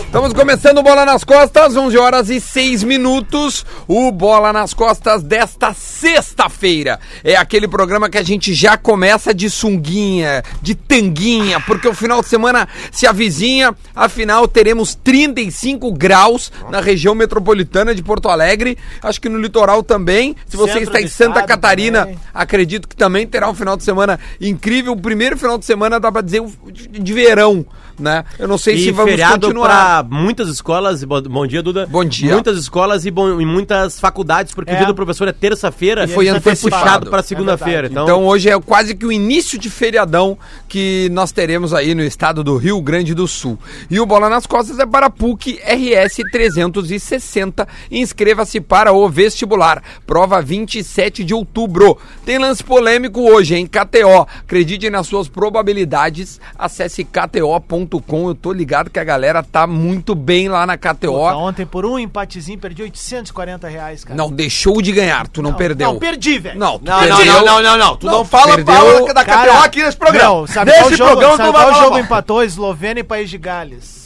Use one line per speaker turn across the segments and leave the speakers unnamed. Estamos começando o Bola nas Costas, 11 horas e 6 minutos. O Bola nas Costas desta sexta-feira. É aquele programa que a gente já começa de sunguinha, de tanguinha, porque o final de semana se avizinha. Afinal, teremos 35 graus na região metropolitana de Porto Alegre. Acho que no litoral também. Se você
Centro
está em
do
Santa
estado
Catarina,
também.
Acredito que também terá um final de semana incrível. O primeiro final de semana dá pra dizer o- de de verão, né? Eu não sei se
E
vamos
feriado
continuar.
para muitas escolas, e bo- bom dia, Duda.
Bom dia.
Muitas escolas e, bom- e muitas faculdades, porque
É.
o dia do professor é terça-feira
E foi antecipado.
puxado para segunda-feira.
É
então,
Então hoje é quase que o início de feriadão que nós teremos aí no estado do Rio Grande do Sul. E o Bola nas Costas é para PUC RS 360. Inscreva-se para o vestibular. Prova 27 de outubro. Tem lance polêmico hoje em KTO. Acredite nas suas probabilidades. Acesse kto.com. Eu tô ligado que a galera tá muito bem lá na KTO.
tá
Puta, ontem por um empatezinho perdi 840 reais, cara.
Não deixou de ganhar, tu não, perdeu.
Não, perdi, velho.
Não, tu
Não,
perdeu.
não, não, não, não, não. Tu não, fala
perdeu-
pau é da
Cara,
KTO aqui nesse programa.
Não, sabe qual
nesse
jogo,
programa tu
sabe
não vai
qual
falar
jogo
mal.
empatou? Eslovênia e País de Gales.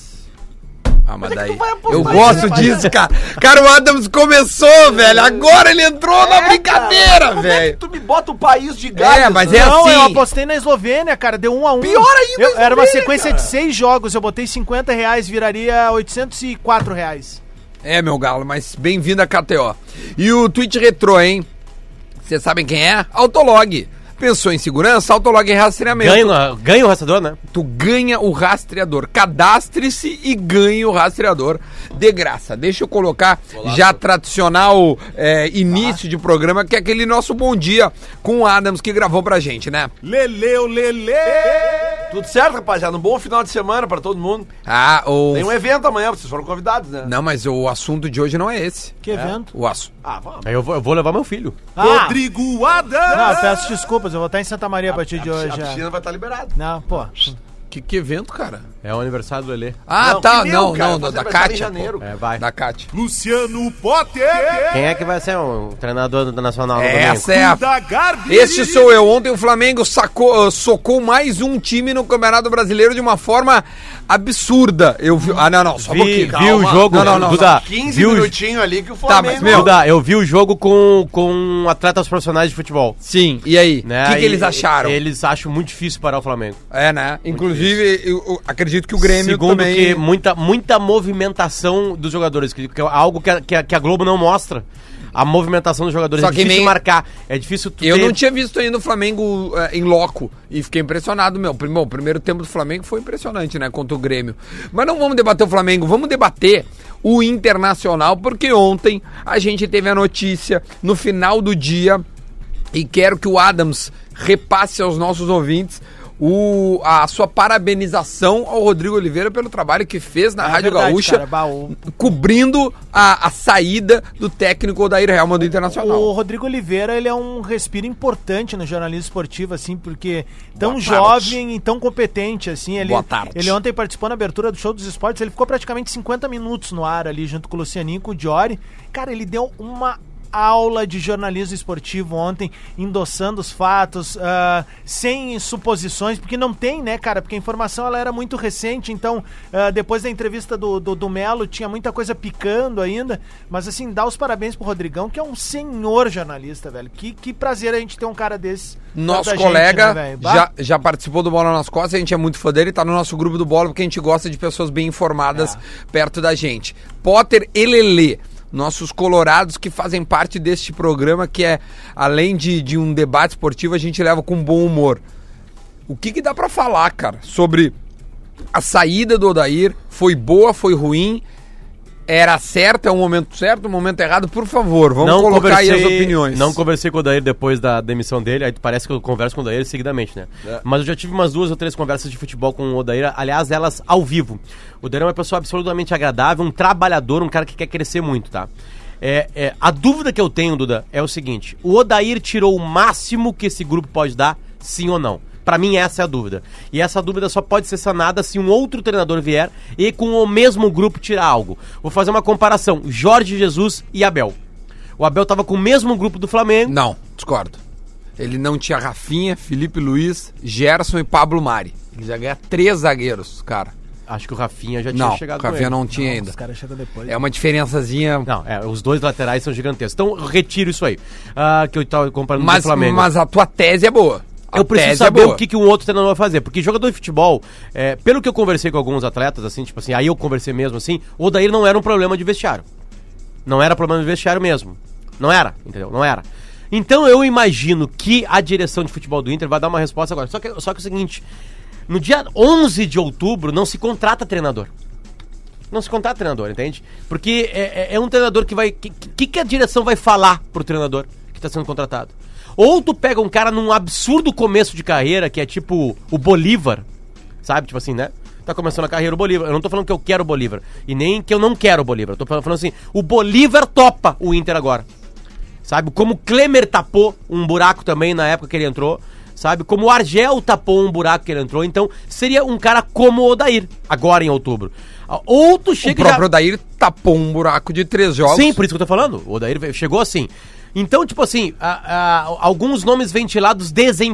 Ah, mas
é que
daí.
tu vai apostar
Eu
isso,
gosto
né,
disso, cara. Cara, o Adams
É,
começou, velho. Agora ele entrou na brincadeira,
É, Como é que
velho.
tu me bota o país de
É,
galho?
mas é
Não, eu
assim.
apostei na Eslovênia, cara, deu 1 um a 1 um.
Pior ainda a
Eu- Era uma
Eslovênia,
sequência de seis jogos, eu botei 50 reais, viraria 804 reais.
É, meu galo, mas bem-vindo a KTO. E o tweet retrô, hein? Vocês sabem quem é? Autolog. Pensou em segurança? Autolog é rastreamento.
ganha, na- ganha o rastreador, né?
Tu ganha o rastreador. Cadastre-se e ganhe o rastreador de graça. Deixa eu colocar já tradicional é, início de programa, que é aquele nosso bom dia com o Adams que gravou pra gente, né?
Leleu, lele. Tudo certo, rapaziada? Um bom final de semana pra todo mundo.
Ah, o.
Tem um evento amanhã, vocês foram convidados, né?
Não, mas o assunto de hoje não é esse.
Que evento?
O assunto.
Ah, vamos.
Aí eu vou, eu vou levar meu filho.
Ah,
Rodrigo Adams.
não, eu peço desculpas, eu vou estar em Santa Maria a partir de
A
hoje. é.
piscina vai estar liberada.
Não, pô.
Que, que evento, cara?
É o aniversário do Lelê.
Ah,
Não,
tá.
que
Não,
meu, cara,
não, não,
fazer
da
aniversário em
Kátia.
janeiro.
pô.
É, vai.
Da Kátia.
Luciano Potter
Quem é que vai ser
um
o treinador do Nacional
Essa é a.
da Garbi.
Este sou eu. Ontem o Flamengo sacou, eh, socou mais um time no Campeonato Brasileiro de uma forma absurda. Eu vi. Ah, não, não. Só um
Vi,
pouquinho.
vi o jogo,
Não, não, não,
Duda.
15
vi o-
minutinhos ali que o
mas,
Flamengo...
meu,
Duda, eu vi o jogo com, com atletas profissionais de futebol.
Sim. E aí? O
né?
que, que
E-
eles acharam?
Eles acham muito difícil parar o Flamengo.
É, né? Inclusive, eu, eu acredito que o Grêmio
Segundo
também.
que muita, muita movimentação dos jogadores, que, que é algo que a, que a- que a Globo não mostra. A movimentação dos jogadores
Só
é
que
difícil
nem-
marcar, é difícil tu
Eu
ter-
não tinha visto ainda o Flamengo eh, em loco e fiquei impressionado, meu. Primo, o primeiro tempo do Flamengo foi impressionante, né? Contra o Grêmio. Mas não vamos debater o Flamengo, vamos debater o Internacional, porque ontem a gente teve a notícia no final do dia e quero que o Adams repasse aos nossos ouvintes. o- a sua parabenização ao Rodrigo Oliveira pelo trabalho que fez na Rádio
É verdade,
Gaúcha,
cara, bah, o-
cobrindo a, a saída do técnico Odair Helman do Internacional.
O Rodrigo Oliveira, ele é um respiro importante no jornalismo esportivo, assim, porque tão
Boa tarde.
jovem e tão competente, assim. Ele,
Boa tarde.
Ele ontem participou na abertura do Show dos Esportes, ele ficou praticamente 50 minutos no ar ali, junto com o Lucianinho e com o Diori. Cara, ele deu uma aula de jornalismo esportivo ontem, endossando os fatos, ah, sem suposições, porque não tem, né, cara? Porque a informação ela era muito recente, então ah, depois da entrevista do, do, do Melo tinha muita coisa picando ainda, mas assim, dá os parabéns pro Rodrigão, que é um senhor jornalista, velho. Que, que prazer a gente ter um cara desse.
Nosso
perto da
colega
gente, né, velho? Bah,
já, já participou do Bola nas Costas, a gente é muito fã dele, tá no nosso grupo do Bola, porque a gente gosta de pessoas bem informadas
É.
perto da gente. Potter e Lelê, nossos colorados que fazem parte deste programa, que é, além de, de um debate esportivo, a gente leva com bom humor. O que, que dá pra falar, cara, sobre a saída do Odair? Foi boa, foi ruim? Era certa, é o momento certo, o momento errado? Por favor, vamos
não
colocar aí
conversei,
as opiniões.
Não conversei com o Daír depois da demissão dele, aí parece que eu converso com o Daír seguidamente, né?
É.
Mas eu já tive umas duas ou três conversas de futebol com o Daír, aliás, elas ao vivo. O Daír é uma pessoa absolutamente agradável, um trabalhador, um cara que quer crescer muito, tá? É, é, a dúvida que eu tenho, Duda, é o seguinte: o Odair tirou o máximo que esse grupo pode dar, sim ou não? Pra mim, essa é a dúvida. E essa dúvida só pode ser sanada se um outro treinador vier e com o mesmo grupo tirar algo. Vou fazer uma comparação: Jorge Jesus e Abel. O Abel tava com o mesmo grupo do Flamengo.
Não, discordo. Ele não tinha Rafinha, Felipe Luiz, Gerson e Pablo Mari. Ele já ganha três zagueiros, cara.
é Acho que o Rafinha já tinha
Não,
chegado
o Rafinha
com ele.
não tinha ainda.
Os caras chegam depois.
É uma diferençazinha.
Não, é, os dois laterais são gigantescos. Então, eu retiro isso aí. Ah, que eu tava comparando
Mas,
com o Flamengo.
mas a tua tese é boa. A
eu preciso
tese é
saber
boa.
o que, que um outro treinador vai fazer. Porque jogador de futebol, é, pelo que eu conversei com alguns atletas, assim, tipo assim, aí eu conversei mesmo assim, o Odair não era um problema de vestiário. Não era problema de vestiário mesmo. Não era, entendeu? Não era. Então eu imagino que a direção de futebol do Inter vai dar uma resposta agora. Só que, só que é o seguinte: no dia 11 de outubro não se contrata treinador. Não se contrata treinador, entende? Porque é, é- é um treinador que vai. O que, que, que a direção vai falar pro treinador que tá sendo contratado? Ou tu pega um cara num absurdo começo de carreira, que é tipo o Bolívar, sabe? Tipo assim, né? Tá começando a carreira o Bolívar. Eu não tô falando que eu quero o Bolívar. E nem que eu não quero o Bolívar. Eu tô falando assim, o Bolívar topa o Inter agora sabe? Como o Klemer tapou um buraco também na época que ele entrou, sabe? Como o Argel tapou um buraco que ele entrou. Então, seria um cara como o Odair, agora em outubro. Ah, Ou tu
O
chega e já-
próprio Odair tapou um buraco de três jogos.
Sim, por isso que eu tô falando. O Odair veio- chegou assim. Então, tipo assim, a- a- alguns nomes ventilados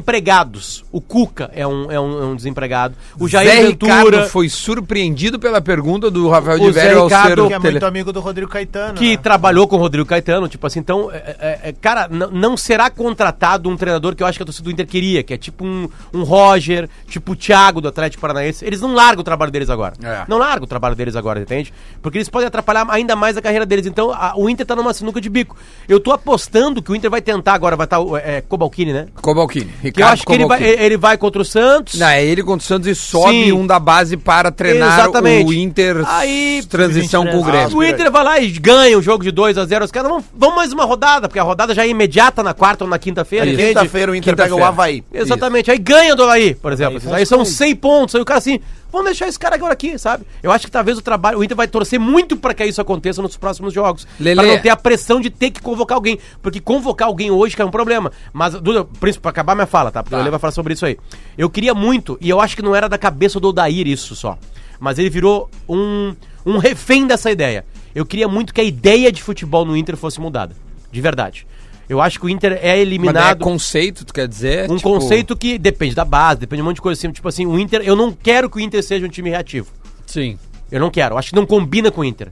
desempregados. O Cuca é um, é um, é um desempregado. O Jair
Zé
Ventura,
Ricardo foi surpreendido pela pergunta do Rafael
O
de
Zé
Velho ao
Ricardo,
ser o
que é
tele-
muito amigo do Rodrigo Caetano.
que
É.
tá
né?
trabalhou com o Rodrigo Caetano, tipo assim, então, é, é, é, cara, n- não será contratado um treinador que eu acho que a torcida do Inter queria, que é tipo um, um Roger, tipo o Thiago do Atlético Paranaense. Eles não largam o trabalho deles agora.
É.
Não largam o trabalho deles agora, entende? Porque eles podem atrapalhar ainda mais a carreira deles. Então, a- o Inter tá numa sinuca de bico. Eu tô apostando que o Inter vai tentar agora, vai estar o é, Cobalcini, né?
Cobalcini.
Que eu
Ricardo
acho que ele vai,
Cobalcini.
ele vai contra o Santos.
Não, é ele contra o Santos e sobe
Sim.
um da base para treinar
Exatamente.
o Inter
Aí, né,
transição com o
Ah,
Grêmio.
O Inter vai lá e ganha o jogo de 2 a 0 Os caras vão, vão mais uma rodada, porque a rodada já é imediata na quarta ou na quinta-feira,
Isso.
entende?
Quinta-feira o Inter pega o
Quinta-feira.
Havaí.
Exatamente. Aí ganha do Olaí, por exemplo. Aí,
faz
são
coisa.
100 pontos. Aí o cara assim, vamos deixar esse cara agora aqui, sabe? Eu acho que talvez o trabalho, o Inter vai torcer muito pra que isso aconteça nos próximos jogos.
Lelê.
Pra não ter a pressão de ter que convocar alguém. Porque convocar alguém hoje que é um problema. Mas, Duda, príncipe, pra acabar minha fala, tá? Porque
Tá.
o Lelê vai falar sobre isso aí. Eu queria muito, e eu acho que não era da cabeça do Odair isso só. Mas ele virou um, um refém dessa ideia. Eu queria muito que a ideia de futebol no Inter fosse mudada. De verdade. Eu acho que o Inter é
Mas não é
eliminado
conceito, tu quer dizer?
um
Tipo,
conceito que depende da base, depende de um monte de coisa assim. Tipo assim, o Inter, eu não quero que o Inter seja um time reativo.
Sim.
Eu não quero. Acho que não combina com o Inter.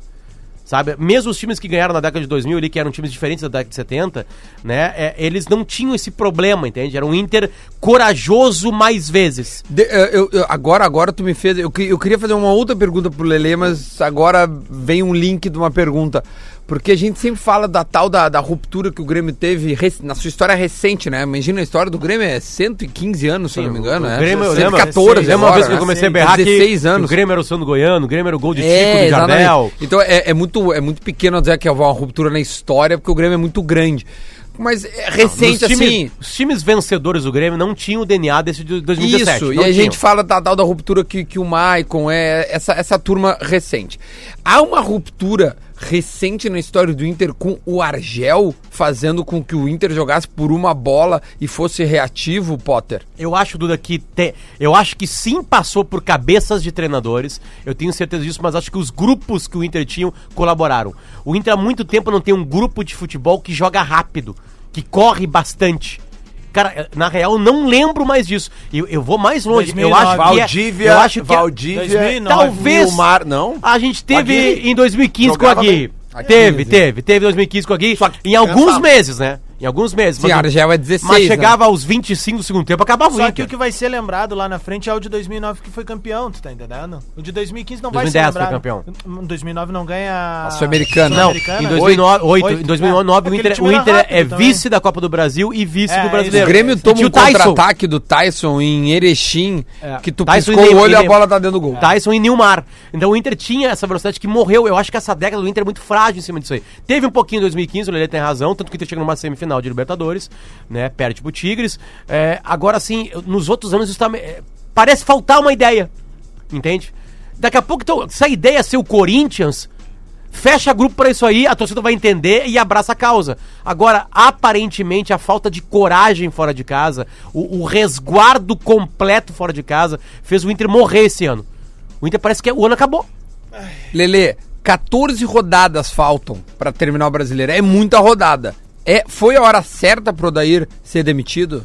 Sabe? Mesmo os times que ganharam na década de 2000 ali, que eram times diferentes da década de 70, né? é, eles não tinham esse problema, entende? Era um Inter corajoso mais vezes.
De- eh, eu- eu- agora, agora tu me fez. Eu, que- eu queria fazer uma outra pergunta pro Lele, mas agora vem um link de uma pergunta. Porque a gente sempre fala da tal da, da ruptura que o Grêmio teve rec- na sua história recente, né? Imagina a história do Grêmio é 115 anos, se eu não me engano,
o
né?
Grêmio, eu lembro,
114
lembro uma
agora,
vez que eu
né?
comecei a berrar que
16
que
anos.
o Grêmio era o Sando Goiano, o Grêmio era o gol de Tico,
É,
do Jardel.
exatamente. Então é, é muito, é muito pequeno dizer que é uma ruptura na história, porque o Grêmio é muito grande. Mas é recente,
Os times,
assim.
os times vencedores do Grêmio não tinham o DNA desse de 2017.
Isso, e
não
a
tinham.
gente fala da tal da ruptura que, que o Maicon é, essa, essa turma recente. Há uma ruptura recente na história do Inter com o Argel fazendo com que o Inter jogasse por uma bola e fosse reativo, Potter?
Eu acho, Duda, que te- eu acho que sim passou por cabeças de treinadores. Eu tenho certeza disso, mas acho que os grupos que o Inter tinham colaboraram. O Inter há muito tempo não tem um grupo de futebol que joga rápido, que corre bastante. Cara, eh, na real, eu não lembro mais disso. Eu, eu vou mais longe. Eu
2009.
acho que é-
Valdívia,
eu acho que é-
Valdívia,
2009,
talvez
Nilmar, não?
a gente teve
Aguirre
em 2015 com o
jogava
Aguirre.
bem.
Teve, teve, teve em 2015 com o Aguirre. Em alguns meses, né? Em alguns meses.
Sim,
mas-
Argel é 16.
mas
né?
chegava aos 25 do segundo tempo, acabava o
Só que
Inter.
o que vai ser lembrado lá na frente é o de 2009 que foi campeão, tu tá entendendo? O de 2015 não vai
2010
ser lembrado.
foi campeão.
Em 2009 não ganha...
A Sul-Americana.
Não,
Sul-Americana?
em 2009, oito,
Oito.
em 2009 o
Aquele
Inter,
time
o
era
Inter é
rápido também.
vice da Copa do Brasil e vice
É,
do
isso.
O
brasileiro.
Grêmio
E
toma um
tinha o Tyson,
contra-ataque do Tyson em Erechim,
É.
que tu piscou
Tyson e
o
Neymar,
olho e
e
a
Neymar.
bola tá dentro do gol.
Tyson e Nilmar. Então o Inter tinha essa velocidade que morreu. Eu acho que essa década do Inter é muito frágil em cima disso aí. Teve um pouquinho em 2015, o Lelê tem razão, tanto que o Inter chega numa semifinal de Libertadores, né? Perde pro Tigres. É, agora sim, nos outros anos isso tá, me- é, parece faltar uma ideia. Entende? Daqui a pouco, então, se a ideia é ser o Corinthians, Fecha grupo pra isso aí, a torcida vai entender e abraça a causa. Agora, aparentemente, a falta de coragem fora de casa, o, o resguardo completo fora de casa, fez o Inter morrer esse ano. O Inter parece que o ano acabou.
Lele, 14 rodadas faltam pra terminar o Brasileiro. É muita rodada. É, foi a hora certa pro Odair ser demitido?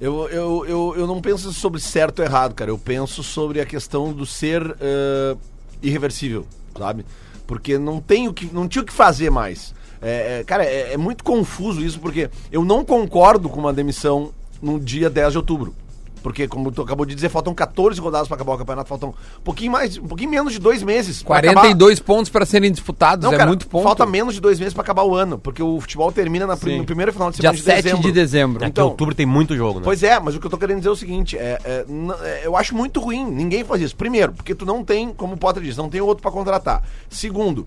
Eu, eu, eu, eu não penso sobre certo ou errado, cara. Eu penso sobre a questão do ser eh, irreversível, sabe? Porque não, tem o que, não tinha o que fazer mais. É, é, cara, é, é muito confuso isso, porque eu não concordo com uma demissão no dia 10 de outubro. Porque, como tu acabou de dizer, faltam 14 rodadas pra acabar o campeonato, faltam um pouquinho mais, um pouquinho menos de dois meses. pra acabar-
42 pontos para serem disputados,
não,
é
cara,
muito ponto.
Falta menos de dois meses pra acabar o ano, porque o futebol termina na prim-
Sim.
no primeiro final de
Dia
semana de
7
dezembro.
de dezembro.
É que
Então-
outubro tem muito jogo, né?
Pois é, mas o que eu tô querendo dizer é o seguinte, é, é, n- é, eu acho muito ruim, ninguém faz isso. Primeiro, porque tu não tem, como o Potter diz, não tem outro pra contratar. Segundo,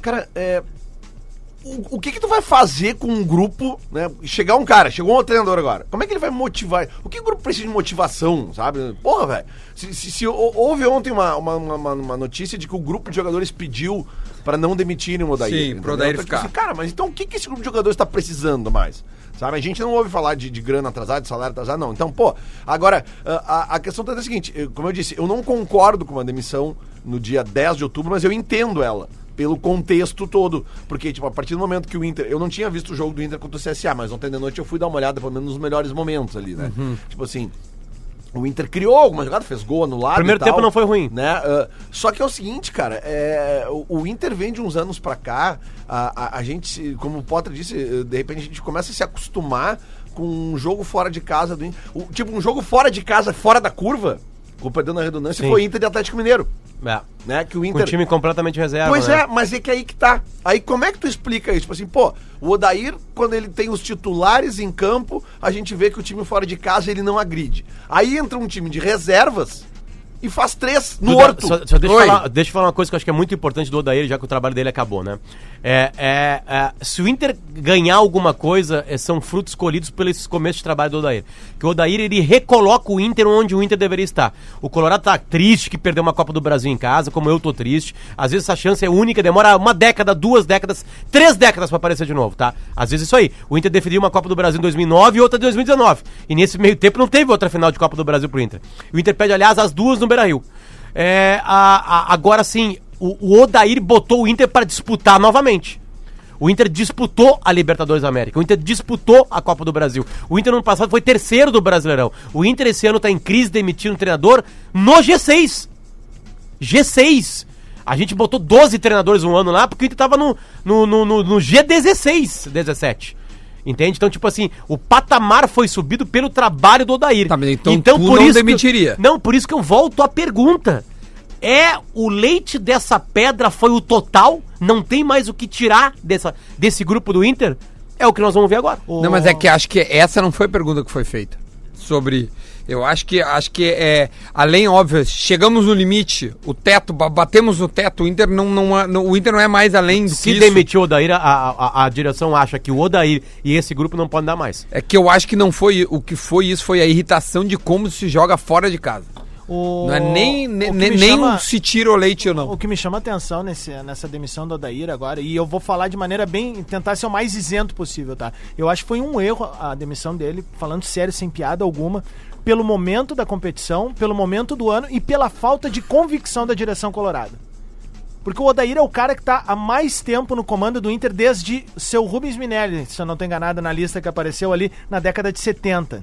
cara, é, o, o que que tu vai fazer com um grupo, né? Chegar um cara, chegou um outro treinador agora, como é que ele vai motivar? O que o grupo precisa de motivação, sabe? Porra, velho, se, se- se hou- houve ontem uma, uma, uma- uma notícia de que o grupo de jogadores pediu pra não demitirem o Odair.
Sim,
entendeu?
pro Odair
Então, tipo
ficar.
assim, cara, mas então o que, que esse grupo de jogadores está precisando mais? Sabe, a gente não ouve falar de, de grana atrasada, de salário atrasado, não. Então, pô, agora, a, a- a questão toda é a seguinte, eu- como eu disse, eu não concordo com uma demissão no dia 10 de outubro, mas eu entendo ela. Pelo contexto todo. Porque, tipo, a partir do momento que o Inter. Eu não tinha visto o jogo do Inter contra o CSA, mas ontem de noite eu fui dar uma olhada, pelo menos nos melhores momentos ali, né? Tipo assim. O Inter criou alguma jogada, fez gol anulado.
Primeiro
e tal,
tempo não foi ruim.
Né? Ah, só que é o seguinte, cara, é, o, o Inter vem de uns anos pra cá, a, a- a gente, se- como o Potter disse, eh, de repente a gente começa a se acostumar com um jogo fora de casa do Inter. O- tipo, um jogo fora de casa, fora da curva, com perdão a redundância,
Sim.
foi Inter e Atlético Mineiro.
É.
Né? Que o
Com o
Inter.
time completamente reserva.
Pois
né?
é, mas é que aí que tá. Aí como é que tu explica isso? Tipo assim, pô, o Odair, quando ele tem os titulares em campo, a gente vê que o time fora de casa ele não agride. Aí entra um time de reservas e faz três no
Duda,
horto.
Só, só deixa, eu
Oi.
falar, deixa eu falar uma coisa que eu acho que é muito importante do Odair, já que o trabalho dele acabou, né? É, é, é, se o Inter ganhar alguma coisa, é, são frutos colhidos pelo esse começo de trabalho do Odair. Que o Odair, ele recoloca o Inter onde o Inter deveria estar. O Colorado tá triste que perdeu uma Copa do Brasil em casa, como eu tô triste. Às vezes essa chance é única, demora uma década, duas décadas, três décadas pra aparecer de novo, tá? Às vezes é isso aí. O Inter definiu uma Copa do Brasil em 2009 e outra em 2019. E nesse meio tempo não teve outra final de Copa do Brasil pro Inter. O Inter pede, aliás, as duas no Beira-Rio. É, a- a- agora sim, o, o Odair botou o Inter para disputar novamente. O Inter disputou a Libertadores da América. O Inter disputou a Copa do Brasil. O Inter no ano passado foi terceiro do Brasileirão. O Inter esse ano tá em crise demitindo um treinador no G6. G6. A gente botou 12 treinadores um ano lá porque o Inter tava no, no, no, no- no G16, 17. Entende? Então, tipo assim, o patamar foi subido pelo trabalho do Odair.
Tá, mas então tu não
que eu-
demitiria.
não, por isso que eu volto à pergunta. É o leite dessa pedra foi o total? Não tem mais o que tirar dessa, desse grupo do Inter? É o que nós vamos ver agora.
Não, mas é que acho que essa não foi a pergunta que foi feita sobre. Eu acho que acho que é além óbvio, chegamos no limite, o teto, ba- batemos no teto, o Inter não, não, é- não- o Inter não é mais além do
Se
que isso.
demitiu o Odair, a, a, a- a direção acha que o Odair e esse grupo não podem dar mais.
É que eu acho que não foi o que foi isso, foi a irritação de como se joga fora de casa.
O-
Não é nem
o
nem,
que
nem,
me
nem
chama-
um se tira o leite ou
O
não.
que me chama atenção nesse, nessa demissão do Odair agora, e eu vou falar de maneira bem. tentar ser o mais isento possível, tá? Eu acho que foi um erro a demissão dele, falando sério, sem piada alguma, pelo momento da competição, pelo momento do ano e pela falta de convicção da direção colorada. Porque o Odair é o cara que tá há mais tempo no comando do Inter desde seu Rubens Minelli, se eu não tô enganado na lista que apareceu ali na década de 70.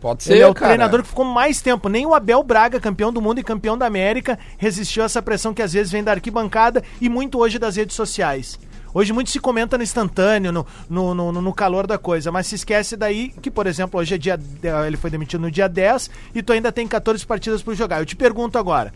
Pode
Ele é o
cara.
treinador que ficou mais tempo. Nem o Abel Braga, campeão do mundo e campeão da América, resistiu a essa pressão que às vezes vem da arquibancada e muito hoje das redes sociais. Hoje muito se comenta no instantâneo, no, no, no, no calor da coisa, mas se esquece daí que, por exemplo, hoje é dia. Ele foi demitido no dia 10 e tu ainda tem 14 partidas por jogar. Eu te pergunto agora.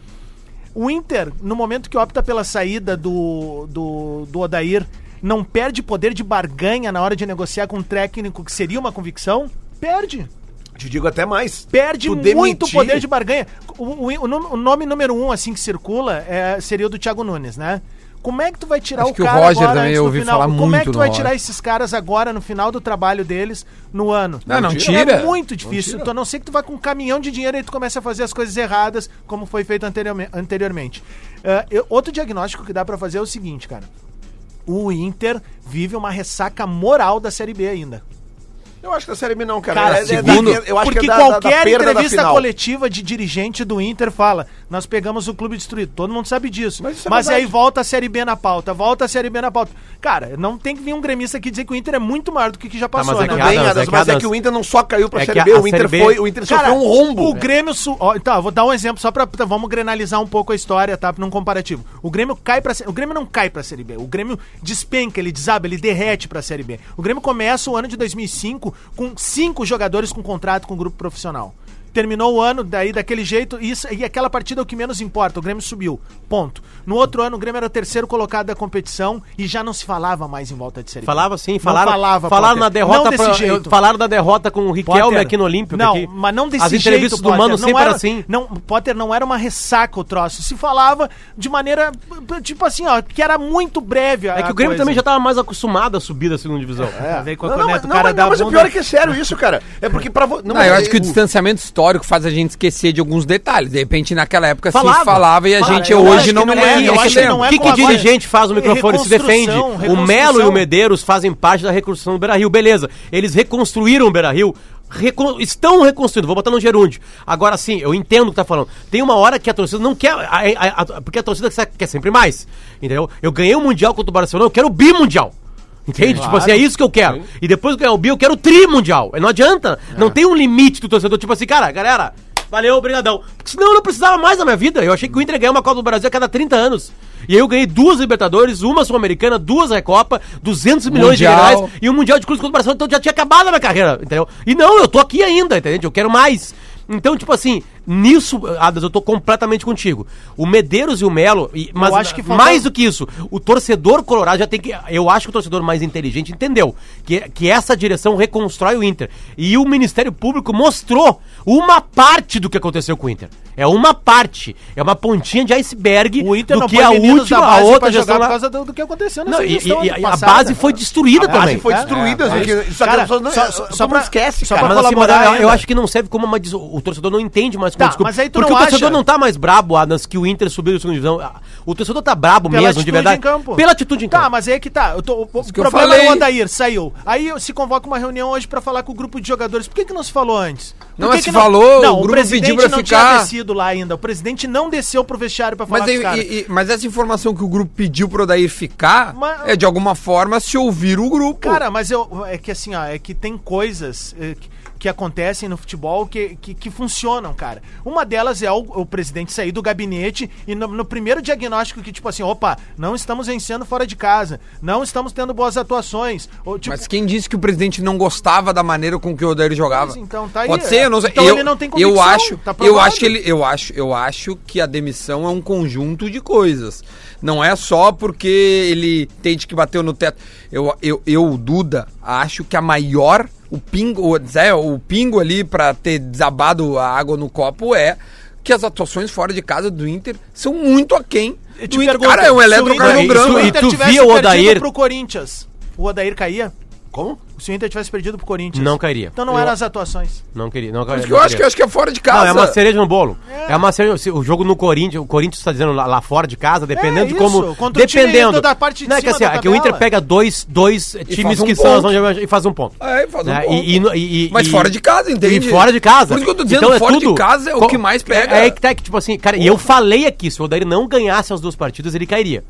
O Inter, no momento que opta pela saída do, do, do Odair, não perde poder de barganha na hora de negociar com um técnico que seria uma convicção? Perde
Te digo até mais.
perde
Tu
muito
demitir-
poder de barganha. O, o- o nome- o nome número um, assim, que circula é, seria o do Thiago Nunes, né? Como é que tu vai tirar
Acho
o
que o
cara
Roger
agora
também
antes do
ouvi
final?
falar
Como
muito
é que tu
no
vai
Roger.
tirar esses caras agora no final do trabalho deles no ano?
Não, não
É
tira.
muito difícil. Tu, a não ser que tu vá com um caminhão de dinheiro e tu começa a fazer as coisas erradas, como foi feito anteriorme- anteriormente. Ah, eu- outro diagnóstico que dá pra fazer é o seguinte, cara. O Inter vive uma ressaca moral da Série B ainda.
Eu acho que da Série B não, cara.
Cara,
É- é da-
segundo-
da- eu acho
porque
que é da- da- da
qualquer
perda da
entrevista
final.
coletiva de dirigente do Inter fala: nós pegamos o clube destruído. Todo mundo sabe disso.
Mas
Mas,
isso é
aí
verdade.
volta a Série B na pauta, volta a Série B na pauta. Cara, não tem que vir um gremista aqui dizer que o Inter é muito maior do que, que já passou,
mas é
Tudo
que
né?
a-
bem,
Adams,
Adams,
é que
mas é
Adams-
que o Inter não só caiu pra
É que
Série
a-
B,
a
o Inter
Série B-
foi, o Inter
Cara,
sofreu um rombo.
O Grêmio. Su... ó, tá, vou dar um exemplo só pra. tá, vamos grenalizar um pouco a história, tá? Pra um comparativo. O Grêmio cai pra. sé- O Grêmio não cai pra Série B. O Grêmio despenca, ele desaba, ele derrete pra Série B. O Grêmio começa o ano de 2005 com cinco jogadores com contrato com o grupo profissional. Terminou o ano, daí daquele jeito, isso, e aquela partida é o que menos importa. O Grêmio subiu. Ponto. No outro ano, o Grêmio era o terceiro colocado da competição e já não se falava mais em volta de série B.
Falava sim,
Não
falaram,
falava,
falaram
Potter.
na derrota
não desse
pra-
jeito.
falaram da derrota com é o Riquelme
Potter,
aqui no Olímpico.
Não,
que-
mas não desse
As entrevistas
jeito,
do Mano
Potter,
sempre
não era,
era assim.
Não, Potter não era uma ressaca o troço. Se falava de maneira, p- p- tipo assim, ó, que era muito breve. a-
É que
a
o Grêmio
coisa.
também já tava mais acostumado a subir da segunda divisão.
É.
Vem com a
Não, não, mas,
corneta, o
não,
cara
mas,
dá
não, mas
a
o
bunda.
pior é que é sério isso, cara. É porque pra... vo-
Não, Ah, eu
mas-
acho que o distanciamento histórico faz a gente esquecer de alguns detalhes. De repente, naquela época se
Falava.
falava e a
Cara,
gente
eu acho
hoje
que
não,
não é-
lembra.
eu
É
acho que não
O
é
que,
com
que
a voz.
dirigente faz no
É
microfone? Se
reconstrução,
defende. O
reconstrução.
Melo e o Medeiros fazem parte da reconstrução do Beira Rio. Beleza, eles reconstruíram o Beira Rio. estão reconstruindo, vou botar no gerúndio. Agora sim, eu entendo o que tá falando. Tem uma hora que a torcida não quer. a- a- a- porque a torcida quer- quer sempre mais. Entendeu? Eu ganhei o Mundial contra o Barcelona, eu quero o bimundial. Entende? Tipo assim, é isso que eu quero. E depois que eu ganhar o Bi, eu quero o tri mundial. É, Não adianta. Não tem um limite do torcedor. Tipo assim, cara, galera, valeu, obrigadão. Porque senão eu não precisava mais da minha vida. Eu achei que o Inter ganhava uma Copa do Brasil a cada 30 anos. E aí eu ganhei duas Libertadores, uma Sul-Americana, duas Recopa, 200 milhões de
Mundial.
reais e um Mundial de Cruz contra o Barcelona. Então já tinha acabado a minha carreira, entendeu? E não, eu tô aqui ainda, entende? Eu quero mais. Então, tipo assim, nisso, Adas, eu tô completamente contigo. O Medeiros e o Melo, e- mas
acho que faltou-
mais do que isso, o torcedor colorado já tem que. Eu acho que o torcedor mais inteligente entendeu que, que essa direção reconstrói o Inter. E o Ministério Público mostrou uma parte do que aconteceu com o Inter. É uma parte. É uma pontinha de iceberg
O Inter
do
não
que a última, a outra gestão.
por
lá-
causa do, do que aconteceu
Não, e,
gestão
e-
ano
e a
passado.
base foi destruída
A
também.
base foi
É,
destruída,
é,
gente.
é isso.
Só que
Cara,
as pessoas não-
só-
eh,
só
todo mundo
pra-
esquece,
só
cara.
pra
Mas assim, mas
colaborar
eu- eu,
ainda.
acho que não serve como uma des- o torcedor não entende mais como
Tá,
desculpa.
mas aí tu
porque
não
o torcedor
acha?
não tá mais brabo, Adams, que o Inter subiu do segundo divisão. O torcedor tá brabo
Pela
mesmo, de
atitude
verdade.
em campo.
Pela atitude em
Tá,
campo.
mas aí que tá. Eu tô- o o
que eu
problema é o
falei.
Odair, saiu. Aí eu- se convoca uma reunião hoje pra falar com o grupo de jogadores. Por que, que não se falou antes? Por
Não,
que
mas
que
se falou,
não,
o grupo
presidente
pediu pra
não
ficar.
tinha descido lá ainda. O presidente não desceu pro vestiário pra
Mas,
falar com
aí-
os caras.
e- e- mas essa informação que o grupo pediu pro Odair ficar
Mas-
é de alguma forma se ouvir o grupo.
Cara, mas eu. É que assim, ó, é que tem coisas é, que, que acontecem no futebol que, que, que funcionam, cara. Uma delas é o, o presidente sair do gabinete e no, no primeiro diagnóstico que, tipo assim, opa, não estamos vencendo fora de casa, não estamos tendo boas atuações. Ou, tipo,
Mas quem disse que o presidente não gostava da maneira com que o Odair jogava?
Mas então tá aí,
Pode ser, eu não sei.
então
eu,
ele não tem
eu
convicção,
acho,
tá
eu
provado.
acho que ele, eu acho, eu acho que a demissão é um conjunto de coisas. Não é só porque ele entende que bateu no teto. Eu, eu, eu Duda, acho que a maior o pingo, o, Zé, o pingo ali pra ter desabado a água no copo é que as atuações fora de casa do Inter são muito aquém.
Eu te
Do Inter,
pergunto,
cara, é um
se o
eletrocardiograma.
Inter- se
E
o Inter
tu
tivesse
via o
perdido
Odair-
pro Corinthians, o Odair caía?
Como?
Se o Inter tivesse perdido pro Corinthians.
Não cairia.
Então não
Eu-
eram as atuações.
Não queria. Não,
Porque Eu acho que eu acho que é fora de casa.
Não, é uma cereja no bolo. É, uma cereja. se O jogo no Corinthians, o Corinthians tá dizendo lá, lá fora de casa, dependendo de
É isso,
como.
contra o time
dependendo.
da parte de
não, é que
cima
assim,
da
é que o Inter
tabela.
pega dois, dois eh, times
faz um
que são as
ponto.
onde- e faz um ponto.
É, faz um
Né?
ponto.
E- e no- e- e-
Mas
e-
fora de casa, entende?
E fora de casa.
Por isso que eu tô dizendo,
é
fora de casa é o que mais pega.
É, é que tá, que tipo assim, cara, e eu falei aqui, se o Odair não ganhasse as duas partidas, ele cairia.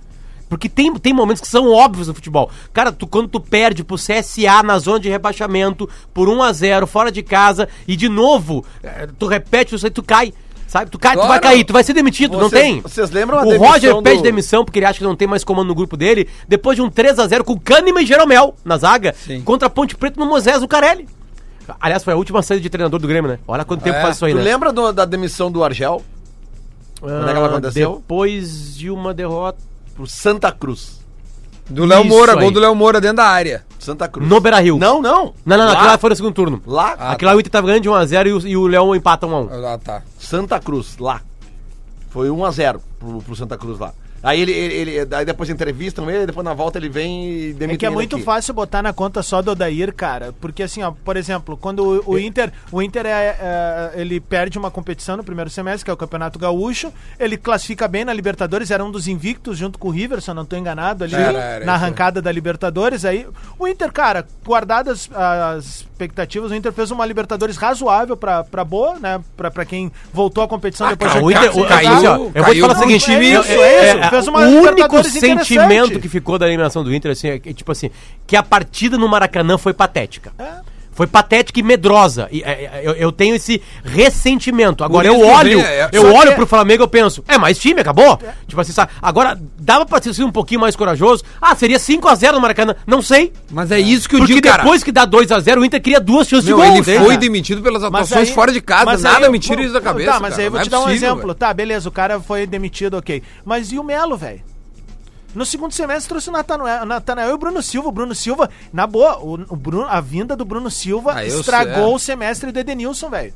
Porque tem, tem momentos que são óbvios no futebol. Cara, tu, quando tu perde pro CSA na zona de rebaixamento, por 1 a 0 fora de casa, e de novo, eh, tu repete isso aí, tu cai. Sabe? Tu, cai, tu vai
Claro.
cair, tu vai ser demitido, não
Vocês-
tem?
vocês lembram a
O Roger
demissão
pede
do-
demissão porque ele acha que não tem mais comando no grupo dele, depois de um 3 a 0 com Kahneman e Jeromel na zaga,
Sim.
contra Ponte Preta no Moisés, o Carelli. Aliás, foi a última saída de treinador do Grêmio, né? Olha quanto tempo
É,
faz isso aí,
Tu
né?
lembra do- da demissão do Argel?
Quando
é que ela aconteceu?
Ah, Depois de uma derrota
Pro Santa Cruz.
Do Léo
Isso
Moura, gol
aí.
do Léo Moura dentro da área.
Santa Cruz.
no Beira-Rio.
Não, não.
não, não, não,
Lá,
aquilo lá tá. foi no segundo turno.
Lá,
Ah,
aquilo lá o Inter tava ganhando de 1x0 e o, e o Leão empata 1x1.
Ah, tá.
Santa Cruz, lá. Foi 1x0 pro, pro Santa Cruz lá. Aí ele, ele, ele- daí depois entrevistam ele, depois na volta ele vem e demite
É que é
ele
muito
aqui.
fácil botar na conta só do Odair, cara. Porque assim, ó, por exemplo, quando o, o Inter, o Inter é, é, ele perde uma competição no primeiro semestre, que é o Campeonato Gaúcho, ele classifica bem na Libertadores, era um dos invictos junto com o River, se eu não tô enganado, ali
Era, era,
na
isso.
arrancada da Libertadores. Aí o Inter, cara, guardadas as expectativas, o Inter fez uma Libertadores razoável pra, pra boa, né? Pra, pra quem voltou à competição depois
cara,
de um
O Inter, o,
Ah, Caiu-
assim, ó, eu vou te
caiu
falar o
pro
seguinte,
time,
eu-
isso,
eu-
é
é,
isso, fez uma
o único
Libertadores
sentimento
interessante.
que ficou da eliminação do Inter assim, é, que, tipo assim, que a partida no Maracanã foi patética.
É.
Foi patética e medrosa. E, é, é, eu, eu tenho esse ressentimento. Agora
Por
eu
isso que
olho,
vem, é,
eu
só
olho
que-
pro Flamengo e penso, é mais time, acabou? Tipo assim, sabe? Agora dava pra ter sido um pouquinho mais corajoso. Ah, seria 5 a 0 no Maracanã, não sei.
Mas é isso que eu
Porque
digo, cara.
depois que dá 2 a 0 o Inter cria duas chances
Meu,
de gol.
ele
né,
foi
cara?
demitido pelas
Mas
atuações
aí-
fora de casa.
mas
Nada
aí-
me tira isso da
Não,
cabeça.
Tá, mas
cara.
aí eu vou
Não é
te dar um
possível,
exemplo.
velho.
Tá, beleza, o cara foi demitido, ok. Mas e o Melo, velho? No segundo semestre trouxe o Natanoel, Natanael e o Bruno Silva. O Bruno Silva, na boa, o, o Bruno, a vinda do Bruno Silva
Ah, eu
estragou
sei, é.
o semestre do Edenilson, velho.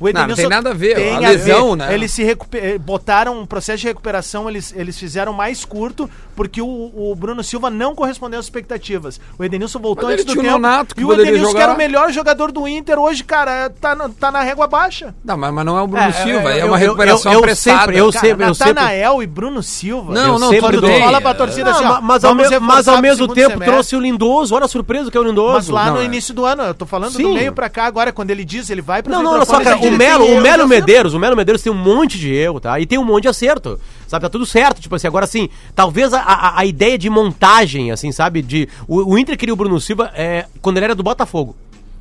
O
Não, não tem nada a ver, a lesão, né?
Eles se recupe- eh, botaram um processo de recuperação, eles, eles fizeram mais curto, porque o, o Bruno Silva não correspondeu às expectativas. O Edenilson voltou
Mas
antes
ele
do
tinha o
tempo.
Nonato que
e o
poderia
Edenilson, que era o
jogar.
melhor jogador do Inter hoje, cara, tá, na- tá na régua baixa.
Não, mas, mas não é o Bruno
É,
Silva,
eu-
é
eu-
uma
eu-
recuperação
eu- eu
apressada.
sempre- eu
cara. tá
sempre-
Natanael e Bruno Silva.
Não,
eu
não,
sempre
tudo
dou.
bem.
Fala pra torcida
Não,
assim, ó,
ma- mas, ao
vamos
me- mas
reforçar
ao
pro
mesmo
segundo
tempo
semestre.
trouxe o Lindoso, olha a surpresa que é o Lindoso.
Mas lá
Não,
no
é.
início do ano, eu tô falando do
Sim.
meio pra cá agora, quando ele diz, ele vai pro
Não, não, olha só, cara, o Melo, o Melo
né?
Medeiros, o Melo Medeiros tem um monte de erro, tá? E tem um monte de acerto, sabe? Tá tudo certo, tipo assim, agora assim, talvez a, a, a ideia de montagem, assim, sabe? De, o, o Inter queria o Bruno Silva é, quando ele era do Botafogo,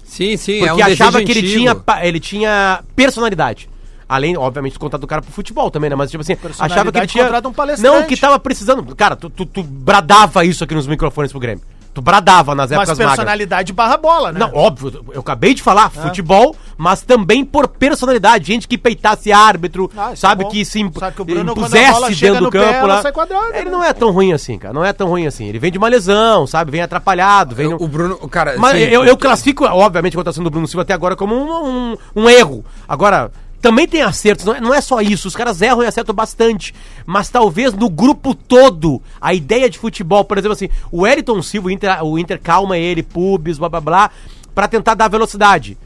Sim, sim, é um
porque achava que
desejo
ele
antigo.
tinha, pa- ele tinha personalidade. Além, obviamente, do contato do cara pro futebol também, né? Mas, tipo assim, achava que ele
Personalidade
tinha...
contrata um palestrante.
não, que tava precisando... Cara, tu, tu, tu bradava isso aqui nos microfones pro Grêmio. Tu bradava nas
Mas
épocas magras.
personalidade barra bola, né?
é
É.
Não, óbvio, eu acabei de falar, futebol, mas também por personalidade, gente que peitasse árbitro,
Ah, isso é
sabe,
bom.
que se imp
Só que o Bruno, quando a bola
impusesse
chega
dentro do
no pé,
campo
ela
lá.
sai quadrada,
ele
né?
não é tão ruim assim, cara, não é tão ruim assim. Ele vem de uma lesão, sabe, vem atrapalhado, vem...
É, O
no-
Bruno, o cara.
Mas
sim.
eu, eu classifico, obviamente, a contratação do Bruno Silva até agora como um, um- um erro. Agora, também tem acertos, não é, não é só isso. Os caras erram e acertam bastante. Mas talvez no grupo todo, a ideia de futebol, por exemplo, assim, o Wellington Silva, o Inter, o Inter calma ele, pubis, blá blá blá, pra tentar dar velocidade.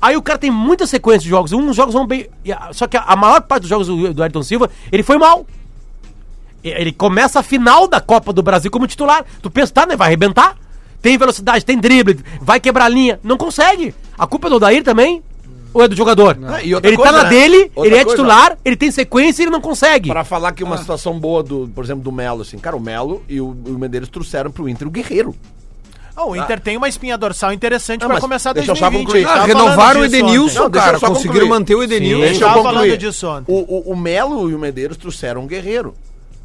Aí o cara tem muita sequência de jogos. Uns jogos vão bem. e a- Só que a, a maior parte dos jogos do, do Ayrton Silva, ele foi mal. E- Ele começa a final da Copa do Brasil como titular. Tu pensa, tá, né? Vai arrebentar. Tem velocidade, tem drible, vai quebrar a linha. Não consegue. A culpa é do Odair também? Ou é do jogador?
e outra
ele
coisa,
tá na
né?
dele,
Outra
ele é
coisa.
titular, ele tem sequência e ele não consegue.
Pra falar que
Ah.
uma situação boa, do, por exemplo, do Melo, assim. Cara, o Melo e o, o Medeiros trouxeram pro Inter o Guerreiro.
Ah, o Inter tem uma espinha dorsal interessante
Ah,
pra
mas
começar
deixa eu
2020.
só concluir.
Eu tava
Ah,
Tá falando
renovaram o
disso
Edenilson,
ontem. Não, deixa eu
cara.
só
Conseguiram
concluir.
manter o Edenilson.
Deixa eu
Tá.
tava falando disso ontem.
O, o- o Melo e o Medeiros trouxeram um guerreiro.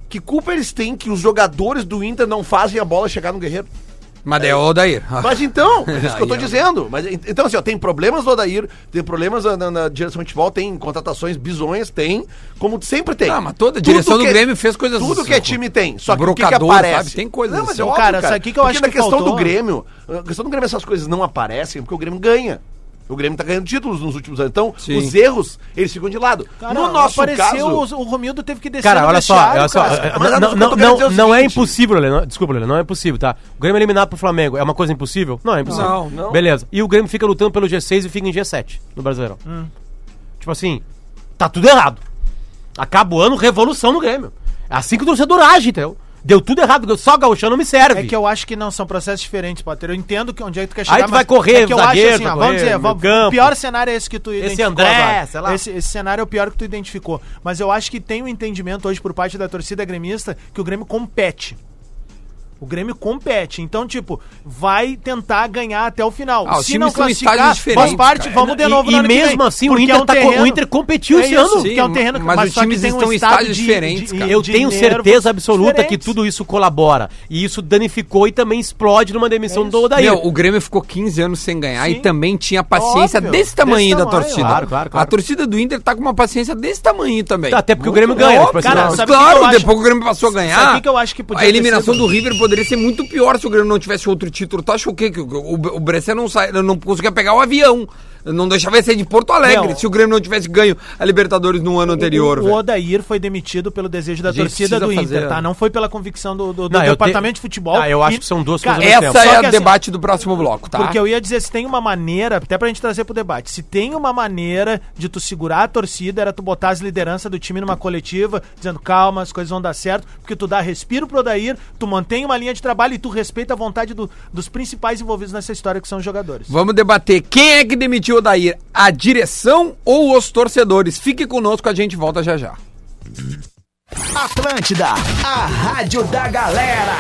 Que culpa eles têm que os jogadores do Inter não fazem a bola chegar no guerreiro?
Mas é o Odair.
Mas então, é isso que eu tô
Aí, ó.
dizendo. Mas, en- então, assim, ó, tem problemas do Odair, tem problemas na, na- na direção de futebol, tem contratações bizonhas, tem, como sempre tem.
Ah, mas toda a
Tudo
direção do
que-
Grêmio fez coisas
Tudo que é time tem. Só que o que, que
Brocador,
aparece?
sabe? Tem coisas
Não, mas
assim.
é óbvio,
Cara,
cara,
sabe o que que eu
Porque
acho
na
que
questão
faltou?
do Grêmio, a questão do Grêmio essas coisas não aparecem porque o Grêmio ganha. O Grêmio tá ganhando títulos nos últimos anos. Então,
Sim.
os erros, eles ficam de lado.
Cara,
no nosso caso...
o, o Romildo teve que descer
Cara, olha só,
vestiário,
olha só.
cara.
é,
Mas
não,
eu tô
não,
querendo
não,
dizer o
não é
seguinte.
impossível, Lelê. não- Desculpa, Lelê, não é possível, tá? O Grêmio eliminar pro Flamengo é uma coisa impossível? Não, é impossível.
Não,
não.
Beleza. E o Grêmio fica lutando pelo G6 e fica em G7 no Brasileirão.
Hum.
Tipo assim, tá tudo errado. Acaba o ano, revolução no Grêmio. É assim que o torcedor age, entendeu? Deu tudo errado, só o gauchão não me serve.
É que eu acho que não, são processos diferentes, Potter. Eu entendo que onde é que tu quer
Aí
chegar.
tu
mas
vai correr,
é que eu
zagueiro,
acho assim, ó,
vai
vamos
correr,
dizer,
meio
vamos,
campo.
o pior cenário é esse que tu identificou
André,
agora.
sei lá.
Esse, esse cenário é o pior que tu identificou. Mas eu acho que tem um entendimento hoje por parte da torcida gremista que o Grêmio compete. O Grêmio compete, então, tipo, vai tentar ganhar até o final.
Ah, os times estão em estágios diferentes,
faz parte,
cara.
vamos de
E-
novo
e
no ano que
mesmo
vem,
assim, o
porque um
Inter, tá co- o Inter competiu
é
esse
isso,
ano.
que é um terreno,
mas os
só que
times
tem um
estão em
estado
estágios
de-
diferentes,
de-
cara.
Eu tenho
dinheiro
certeza absoluta que
diferentes.
tudo isso colabora. E isso danificou e também explode numa demissão
É
do Odair.
Meu, o Grêmio ficou 15 anos sem ganhar
Sim.
e também tinha paciência
Óbvio,
desse tamanho
desse
da
tamanho,
torcida.
claro, claro, claro.
A torcida do Inter tá com uma paciência desse tamanho também.
Tá, Até porque o
Muito
Grêmio ganha,
bom,
tipo assim,
cara,
não.
mas
Sabe o que
claro,
eu acho?
depois que o Grêmio passou a ganhar.
Sabe o que eu acho que podia
A
ter
eliminação
sido?
do River poderia ser muito pior se o Grêmio não tivesse outro título. Tu acha o quê? Que o, o, o Bresser não, sai, não conseguia pegar o avião. Não deixava ele sair de Porto Alegre
Não.
se o Grêmio não tivesse ganho a Libertadores no ano anterior,
o, o
velho.
Odair foi demitido pelo desejo da
A gente
torcida
precisa
do Inter,
fazer-
tá? Não foi pela convicção do, do- do
Não, eu te-
departamento de futebol.
Ah, eu acho que são duas coisas ao mesmo
Essa
só
é
que
o
assim,
debate do próximo bloco, tá?
Porque eu ia dizer, se tem uma maneira, até pra gente trazer pro debate, se tem uma maneira de tu segurar a torcida, era tu botar as lideranças do time numa coletiva, dizendo calma, as coisas vão dar certo, porque tu dá respiro pro Odair, tu mantém uma linha de trabalho e tu respeita a vontade do- dos principais envolvidos nessa história, que são os jogadores.
Vamos debater quem é que demitiu o Dair, a direção ou os torcedores? Fique conosco, a gente volta já já.
Atlântida, a rádio da galera.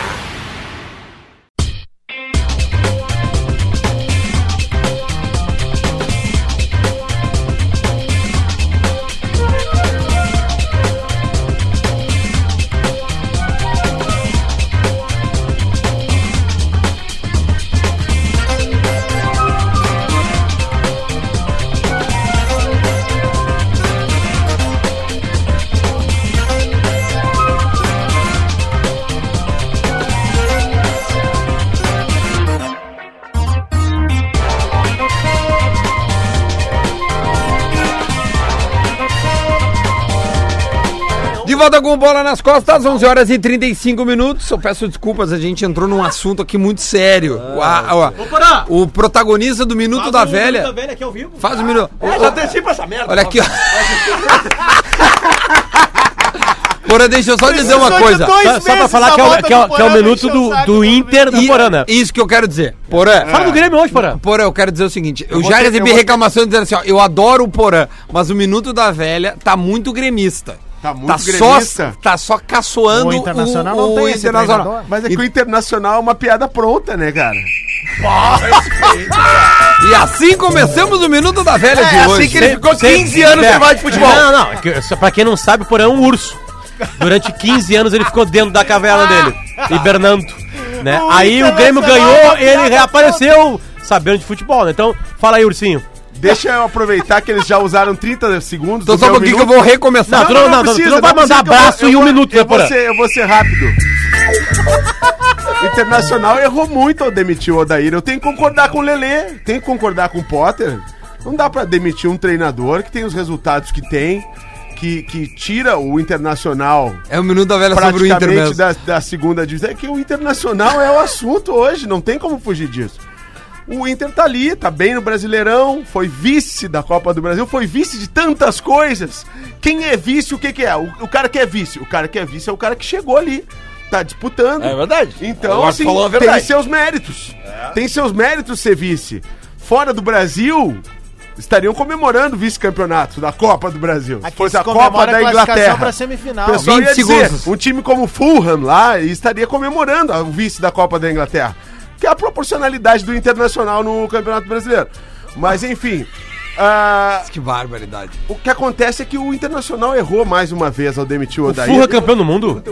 De volta com bola nas costas, 11 horas e 35 minutos. Eu peço desculpas, a gente entrou num assunto aqui muito sério.
É.
O- a- o- a-
Pará!
o protagonista do Minuto da
um
Velha.
tá
velha aqui ao vivo.
Faz o Minuto.
É.
o- o-
Antecipa essa merda.
olha aqui, ó. Porra, deixa eu só dizer uma coisa.
Só, só pra falar que é, o, que é o- que é o minuto do, do Inter do
E- é.
Porana.
Isso que eu quero dizer. Porã.
Fala do Grêmio hoje, Porã.
Porã, eu quero dizer o seguinte: eu,
vou
já
ter- eu
recebi
vou ter-
reclamações dizendo assim, ó, eu adoro o Porã, mas o Minuto da Velha tá muito gremista.
Tá muito
Só,
gremista?
tá só caçoando
O Internacional não tem esse
Internacional.
treinador.
Mas é que o Internacional é uma piada pronta, né, cara?
E assim começamos o Minuto da Velha de hoje.
ficou 15 anos
sem
trabalho de
Não, não, não. É que- só Pra quem não sabe, o Porã é um urso. Durante 15 anos ele ficou dentro da caverna dele, hibernando. Né? Aí o Grêmio ganhou, ele reapareceu sabendo de futebol, né? Então, fala aí, ursinho.
Deixa eu aproveitar que eles já usaram 30 segundos.
Então
do
só um
meu
pouquinho que eu
minuto.
vou recomeçar.
Não, tu não, não, tu não vai mandar
precisa,
abraço
eu
em um
vou-
minuto, né,
eu vou,
Porã?
ser, eu vou ser rápido. O Internacional errou muito ao demitir o Odair. Eu tenho que concordar com o Lelê, tenho que concordar com o Potter. Não dá pra demitir um treinador que tem os resultados que tem, que, que tira o Internacional
É o Minuto da Velha sobre o Inter mesmo.
praticamente da, da segunda divisão. É que o Internacional é o assunto hoje, não tem como fugir disso. O Inter tá ali, tá bem no Brasileirão, foi vice da Copa do Brasil, foi vice de tantas coisas. Quem é vice, o que que é? O, o cara que é vice. O cara que é vice é o cara que chegou ali, tá disputando.
É verdade.
Então,
Agora tu
assim,
falou a
tem
verdade. É.
seus méritos. Tem seus méritos ser vice. Fora do Brasil, estariam comemorando o vice-campeonato da Copa do Brasil.
Aqui
Se fosse
se
a Copa
comemora a
da
classificação
Inglaterra.
pra semifinal.
O pessoal
20
ia dizer,
segundos.
um time como o Fulham lá estaria comemorando o vice da Copa da Inglaterra, que é a proporcionalidade do Internacional no Campeonato Brasileiro. Mas enfim, ah,
Que barbaridade.
o que acontece é que o Internacional errou mais uma vez ao demitir o Odair.
Furra campeão do mundo?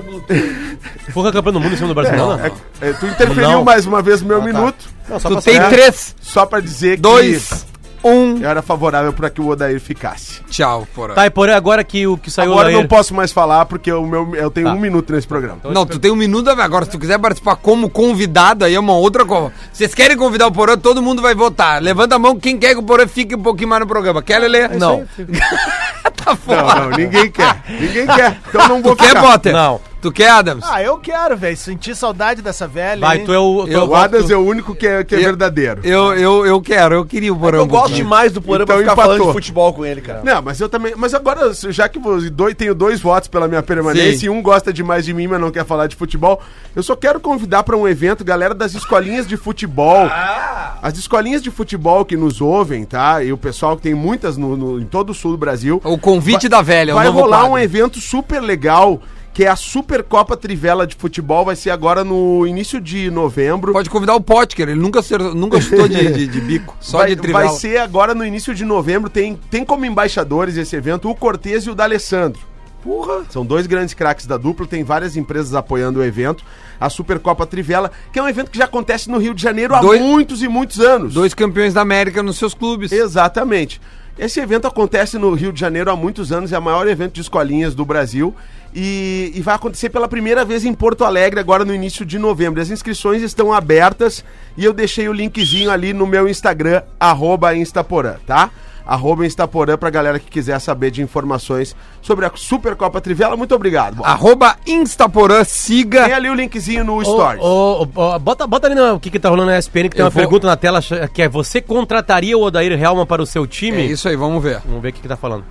Furra campeão do mundo em cima do Barcelona?
É, é, tu interferiu
Não.
mais uma vez no meu minuto,
Tu tem
É.
três,
só pra dizer
dois, um.
que eu era favorável pra que o Odair ficasse.
Tchau, Porã.
Tá, e Porã, agora que o que saiu
Agora
daí-
eu não posso mais falar porque o meu, eu tenho um minuto nesse programa.
Não, tu tem um minuto a ver. agora. Se tu quiser participar como convidado, aí é uma outra coisa. Vocês querem convidar o Porã, todo mundo vai votar. Levanta a mão quem quer que o Porã fique um pouquinho mais no programa. Quer,
É
Lelê? não. tá
Não,
fora.
não, ninguém quer. Ninguém quer. Então não vou
Tu quer, Potter?
Não.
Tu quer, Adams?
Ah, eu quero, velho. Senti saudade dessa velha.
Vai,
hein?
tu é o... Tu é
O
o-
Adams é o único que é, que é
Eu-
verdadeiro.
Eu, eu, eu quero, eu queria o Porã.
Eu
um
gosto
pouquinho.
demais do Porã pra
Então
ficar falando de
empatou.
futebol com ele, cara.
Não, mas eu também. Mas agora, já que vos- dois, tenho dois votos pela minha permanência
Sim.
e um gosta demais de mim, mas não quer falar de futebol, eu só quero convidar para um evento, galera das escolinhas de futebol.
Ah!
As escolinhas de futebol que nos ouvem, tá? E o pessoal que tem muitas no, no- em todo o sul do Brasil.
O convite da velha,
vai
é o novo
rolar
quadro.
um evento super legal. Que é a Supercopa Trivela de Futebol, vai ser agora no início de novembro.
Pode convidar o Potker, ele nunca, acertou- nunca chutou de, de- de bico, só
vai,
de trivela.
vai ser agora no início de novembro, tem, tem como embaixadores esse evento o Cortez e o D'Alessandro. Porra! São dois grandes craques da dupla, tem várias empresas apoiando o evento. A Supercopa Trivela, que é um evento que já acontece no Rio de Janeiro há
Dois-
muitos e muitos anos.
Dois campeões da América nos seus clubes.
Exatamente. Esse evento acontece no Rio de Janeiro há muitos anos, é o maior evento de escolinhas do Brasil e, e vai acontecer pela primeira vez em Porto Alegre agora no início de novembro. As inscrições estão abertas e eu deixei o linkzinho ali no meu Instagram, arroba Instaporã, tá? Arroba Instaporã pra galera que quiser saber de informações sobre a Supercopa Trivela. Muito obrigado. Bola.
Arroba Instaporã, siga.
Tem ali o linkzinho no
Ah. Ô,
Stories.
ô, ô, ô, bota, bota ali no- o que, que tá rolando na ESPN, que tem
Eu
uma
vou-
pergunta na tela ch- que é: você contrataria o Odair Helman para o seu time?
É isso aí, vamos ver.
Vamos ver o que, que tá falando.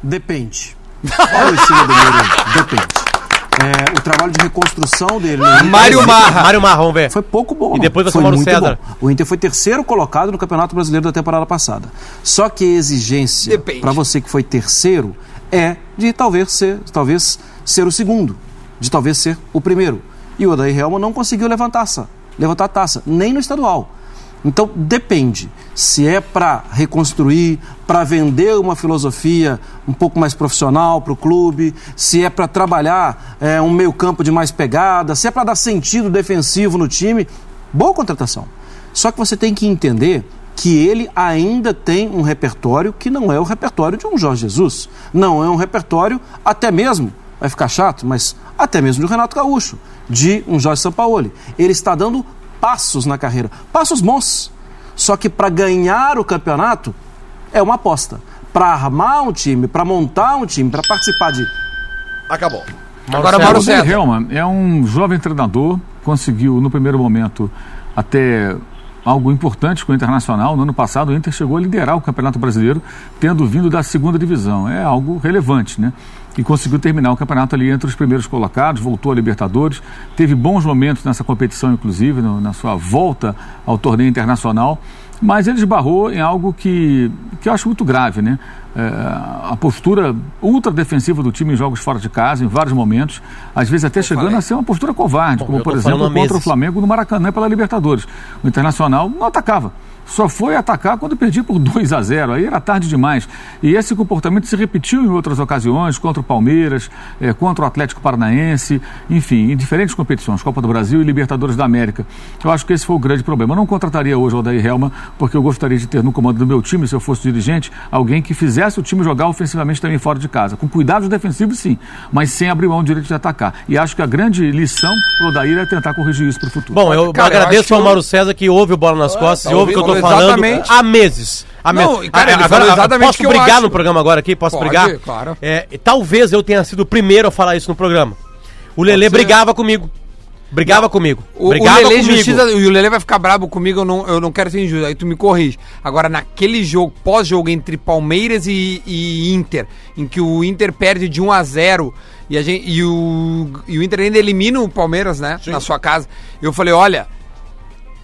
Depende. Fala em cima do muro. Depende. É, o trabalho de reconstrução dele no Inter
Mário Marra.
Mário Marra, vamos ver.
foi pouco bom.
E depois vai
foi
somar o
muito
César.
bom. O Inter foi terceiro colocado no Campeonato Brasileiro da temporada passada. Só que a exigência
Depende.
para você que foi terceiro é de talvez ser, talvez ser o segundo, de talvez ser o primeiro. E o Odair Helma não conseguiu levantar taça, levantar a taça, nem no estadual. Então depende. Se é para reconstruir, para vender uma filosofia um pouco mais profissional para o clube, se é para trabalhar é, um meio-campo de mais pegada, se é para dar sentido defensivo no time, boa contratação. Só que você tem que entender que ele ainda tem um repertório que não é o repertório de um Jorge Jesus. Não é um repertório, até mesmo, vai ficar chato, mas até mesmo do Renato Gaúcho, de um Jorge Sampaoli. Ele está dando passos na carreira, passos bons. Só que para ganhar o campeonato é uma aposta. Para armar um time, para montar um time, para participar de
Acabou.
Agora Mauro
o César.
César.
Helman é um jovem treinador, conseguiu no primeiro momento até algo importante com o Internacional. No ano passado o Inter chegou a liderar o Campeonato Brasileiro, tendo vindo da segunda divisão. É algo relevante, né? E conseguiu terminar o campeonato ali entre os primeiros colocados, voltou a Libertadores, teve bons momentos nessa competição, inclusive, no- na sua volta ao torneio internacional. Mas ele esbarrou em algo que, que eu acho muito grave, né? É, a postura ultra defensiva do time em jogos fora de casa, em vários momentos, às vezes até chegando
falei.
a ser uma postura covarde,
eu
como
tô
por exemplo
falando há
contra o
meses.
Flamengo no Maracanã pela Libertadores. O Internacional não atacava. Só foi atacar quando perdia por 2 a 0. Aí era tarde demais. E esse comportamento se repetiu em outras ocasiões, contra o Palmeiras, eh, contra o Atlético Paranaense, enfim, em diferentes competições, Copa do Brasil e Libertadores da América. Eu acho que esse foi o grande problema. Eu não contrataria hoje o Odair Helma, porque eu gostaria de ter no comando do meu time, se eu fosse dirigente, alguém que fizesse o time jogar ofensivamente também fora de casa. Com cuidados defensivos, sim, mas sem abrir mão do direito de atacar. E acho que a grande lição pro Odair é tentar corrigir isso para o futuro.
Bom,
Cara, eu
eu
acho
agradeço
que
ao
eu-
Mauro César que ouve o Bola nas Costas
tá
e ouve o que eu tô
ouvindo,
falando
exatamente.
há meses. Há
Não,
meses.
e, cara, ele
Ah,
falou
ah,
exatamente o
posso
que eu
brigar
acho.
no programa agora aqui? Posso
Pode,
brigar?
claro.
É, talvez eu tenha sido o primeiro a falar isso no programa. O Lelê
ser.
brigava comigo. Brigava comigo.
O, o
brigava
Lele justiça- e o Lele vai ficar brabo comigo, eu não, eu não quero ser injusto, aí tu me corrige. Agora, naquele jogo, pós-jogo entre Palmeiras e, e Inter, em que o Inter perde de 1 a 0 e, a gente, e, o, e o Inter ainda elimina o Palmeiras, né, na sua casa, eu falei, olha,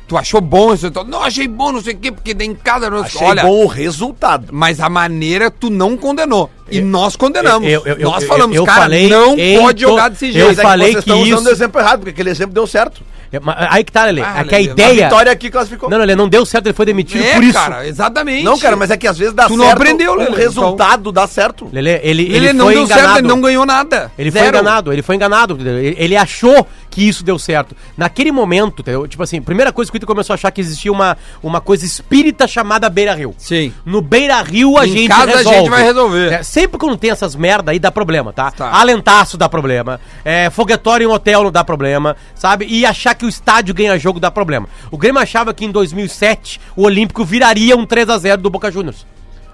tu achou bom esse resultado? Não, achei bom, não sei o quê, porque daí em casa... nós-
Achei
olha,
bom o resultado.
Mas a maneira tu não condenou. E nós condenamos.
É, eu- eu-
nós
eu-
falamos,
eu
cara,
falei
não
em
pode
to-
jogar desse
eu
jeito.
Mas é
falei
vocês
que
estão usando
isso-
o exemplo errado, porque aquele exemplo deu certo.
É, mas Aí que tá, Lelê.
Ah,
é que a
Lelê,
ideia.
Vitória aqui classificou.
Não, Lelê, não deu certo, ele foi demitido
É,
por isso.
cara, exatamente.
Não, cara, mas é que às vezes dá
Tu
certo.
não aprendeu, Lelê,
o resultado dá certo.
então. Lelê, ele, ele,
Ele, não
foi
deu
enganado.
certo, ele não ganhou nada.
Ele
Zero.
foi enganado, ele foi enganado. entendeu? Ele, ele achou que isso deu certo. Naquele momento, entendeu? tipo assim, primeira coisa que o Inter começou a achar que existia uma, uma coisa espírita chamada Beira Rio.
Sim.
No Beira Rio a
Em
gente
casa a gente vai resolver.
É, sempre quando tem essas merda aí dá problema, tá?
Tá.
Alentaço dá problema. É, foguetório em hotel não dá problema, sabe? E achar que o estádio ganha jogo dá problema. O Grêmio achava que em 2007 o Olímpico viraria um 3 a 0 do Boca Juniors.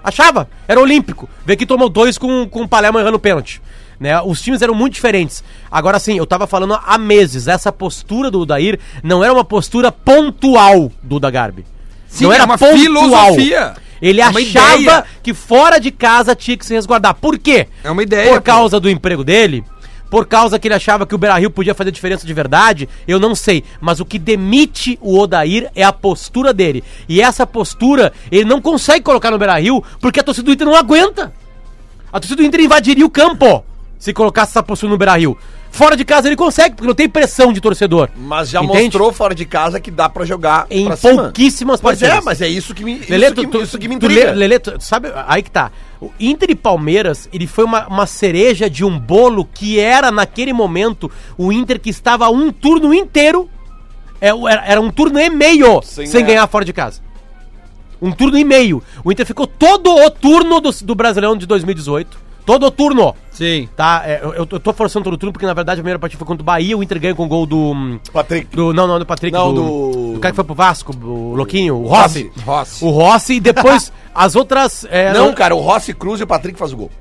Achava, era olímpico. Vê que tomou dois com, com o Palermo errando o pênalti. Né? Os times eram muito diferentes. Agora sim, eu tava falando há meses, essa postura do Dair não era uma postura pontual do da Garbi.
Sim,
não
é
era
uma
pontual.
filosofia.
Ele
É uma
achava
ideia.
que fora de casa tinha que se resguardar. Por quê?
É uma ideia,
Por
pô.
causa do emprego dele? Por causa que ele achava que o Beira-Rio podia fazer diferença de verdade? Eu não sei. Mas o que demite o Odair é a postura dele. E essa postura ele não consegue colocar no Beira-Rio porque a torcida do Inter não aguenta. A torcida do Inter invadiria o campo se colocasse essa postura no Beira-Rio. Fora de casa ele consegue, porque não tem pressão de torcedor.
Mas já
Entende?
mostrou fora de casa que dá pra jogar
Em
pra cima.
pouquíssimas
Pois
partidas.
é, mas é isso que me,
Lelê,
isso,
tu,
que,
tu,
isso que me
tu
intriga.
lê- Lelê, tu- sabe, aí que tá. O Inter e Palmeiras, ele foi uma, uma cereja de um bolo que era, naquele momento, o Inter que estava um turno inteiro, é, o- era, era um turno e meio, sem,
ganhar.
ganhar fora de casa.
Um turno e meio. O Inter ficou todo o turno do, do Brasileirão de 2018. Todo o turno.
Sim.
Tá, É, eu, eu tô forçando todo o turno porque na verdade a primeira partida foi contra o Bahia. O Inter ganha com o gol do. hum,
Patrick.
do não, não, do Patrick.
Não,
do,
do-
cara que foi pro Vasco, o Louquinho, o Rossi.
Rossi.
O Rossi e depois as outras. é,
Não, cara, o Rossi Cruz e o Patrick faz o gol.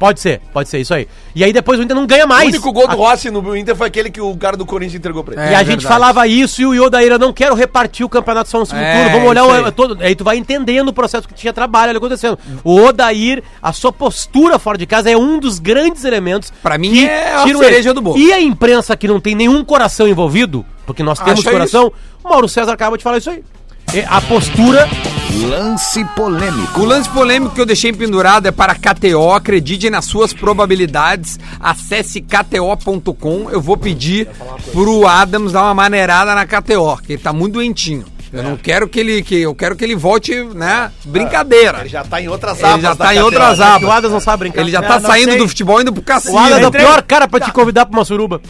Pode ser, pode ser, isso aí. E aí depois o Inter não ganha
o
mais.
único gol do Rossi no Inter foi aquele que o cara do Corinthians entregou pra ele.
É,
e a
verdade.
gente falava isso e o Yodaíra não quero repartir o campeonato só no segundo
É,
turno. Vamos olhar
isso
o,
aí.
todo. Aí tu vai entendendo o processo que tinha trabalho ali acontecendo. O Odair, a sua postura fora de casa é um dos grandes elementos.
Pra mim
que
é a
tiram
cereja
ele.
do bolo.
E a imprensa que não tem nenhum coração envolvido, porque nós temos
Acha
coração, o Mauro César acaba de falar isso aí. E a postura.
Lance polêmico.
O lance polêmico que eu deixei pendurado é para KTO. Acredite nas suas probabilidades. Acesse KTO.com. Eu vou pedir pro Adams dar uma maneirada na KTO, que ele tá muito doentinho. Eu não quero que ele. Que, eu quero que ele volte, né?
É.
Brincadeira. Ele já,
tá em outras
tá em outras
É que
abas.
o Adas não sabe brincar.
Ele já
É,
tá
não
saindo
sei.
do futebol indo pro cassino.
O Adas é o
Entrega-
pior cara pra te
Tá.
convidar pra uma suruba.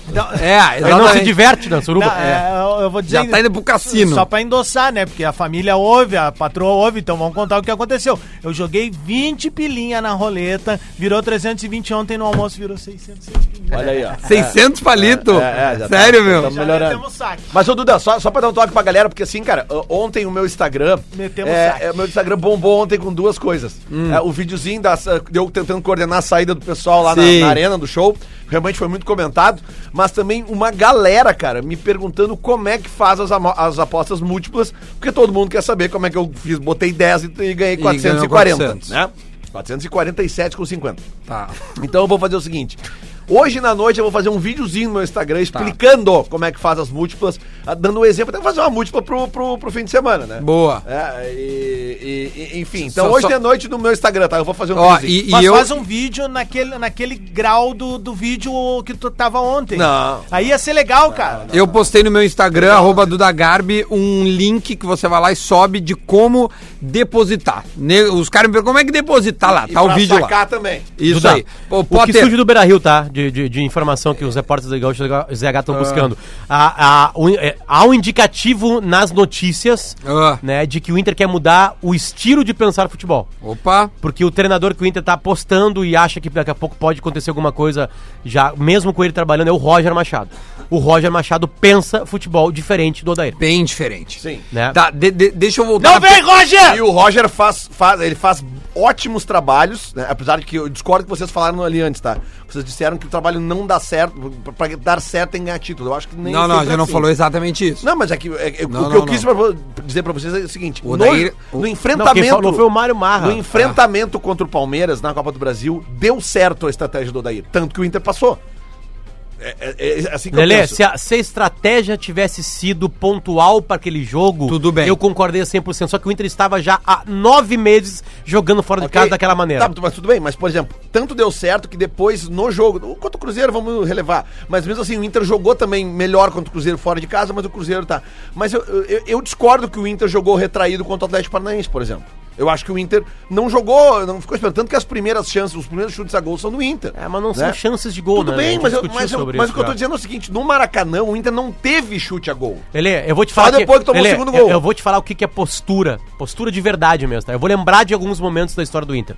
É,
Ele não se
exatamente.
diverte na suruba.
Tá, é, eu- eu vou dizer
Já tá indo pro cassino.
Só pra endossar, né? Porque a família ouve, a patroa ouve, então vamos contar o que aconteceu. Eu joguei 20 pilinha na roleta, virou 320 ontem no almoço, virou 606 pilinha.
Olha aí, ó.
600 palito.
É, é, já tá-
Sério,
já
meu?
tá
Já
melhorando.
metemos saque.
Mas, ô Duda, só, só pra dar um toque pra galera, porque assim, cara, o- ontem o meu Instagram.
Metemos
é,
saque.
é, o meu Instagram bombou ontem com duas coisas. É, o videozinho da, eu tentando coordenar a saída do pessoal lá na,
Sim.
na arena do show. Realmente foi muito comentado. Mas também uma galera, cara, me perguntando como é que faz as, amo- as apostas múltiplas, porque todo mundo quer saber como é que eu fiz. Botei 10 e, e ganhei 440.
400.
Né? 447 com 50.
É? Tá.
Então eu vou fazer o seguinte. Hoje na noite eu vou fazer um videozinho no meu Instagram
Tá.
explicando como é que faz as múltiplas, ah, dando um exemplo, até fazer uma múltipla pro, pro, pro fim de semana, né?
Boa.
É, e, e- e- enfim, então
Só-
hoje
só-
de noite no meu Instagram, tá? Eu vou fazer um
Ó,
videozinho.
e,
Mas
e eu.
faz um vídeo naquele, naquele grau do, do vídeo que tu tava ontem.
Não.
Aí ia ser legal, cara.
Eu postei no meu Instagram, arroba Duda Garbi, um link que você vai lá e sobe de como depositar. Ne- Os caras me perguntam como é que depositar lá,
E
tá o
Ah, pra
vídeo lá.
sacar também.
Isso
Duda,
aí. Ô,
o que
Potter,
surge do Beira Rio, tá? De, de, de informação que os repórteres da Gaúcho ZH
Ah.
estão buscando. Há, há, um- é, há um indicativo nas notícias
Ah.
né, de que o Inter quer mudar o estilo de pensar futebol.
Opa,
Porque o treinador que o Inter tá apostando e acha que daqui a pouco pode acontecer alguma coisa, já mesmo com ele trabalhando, é o Roger Machado. O Roger Machado pensa futebol diferente do Odair.
bem diferente.
Sim.
Né?
Tá, de- de- deixa eu voltar.
Não
na-
vem, Roger!
E o Roger faz, faz, ele faz ótimos trabalhos, né? apesar de que eu discordo que vocês falaram ali antes, tá? Vocês disseram que o trabalho não dá certo, pra- pra dar certo tem que ganhar título. Eu acho que nem
Não, não, a
sempre é
gente não
assim.
falou exatamente isso.
Não, mas é que, é- é-
Não,
o que
não,
eu quis
não.
pra vo- dizer pra vocês é o seguinte:
O Odair- o-
no, no
Não, quem
enfrentamento.
falou foi o Mário Marra.
no enfrentamento contra o Palmeiras na Copa do Brasil, deu certo a estratégia do Odair. Tanto que o Inter passou. É, é- é assim que eu
Lelê,
penso.
se a, se a estratégia tivesse sido pontual para aquele jogo,
Tudo bem.
eu concordei 100%. Só que o Inter estava já há nove meses jogando fora de
Ok?
casa daquela maneira.
Tá, mas tudo bem, mas por exemplo, tanto deu certo que depois no jogo, contra o Cruzeiro, vamos relevar. Mas mesmo assim, o Inter jogou também melhor contra o Cruzeiro fora de casa, mas o Cruzeiro tá. Mas eu, eu, eu discordo que o Inter jogou retraído contra o Atlético Paranaense, por exemplo. Eu acho que o Inter não jogou, não ficou esperando. Tanto que as primeiras chances, os primeiros chutes a gol são do Inter.
É, mas não são
né?
chances de gol,
Tudo
né? A
bem,
gente
mas, eu,
discutiu
mas, eu-
sobre
mas
isso
o que eu tô
já.
dizendo é o seguinte: no Maracanã, o Inter não teve chute a gol.
Lelê, eu vou te
Só
falar.
depois que tomou o
Lelê,
segundo gol.
Eu, eu vou te falar o que, que é postura. Postura de verdade mesmo, tá? Eu vou lembrar de alguns momentos da história do Inter.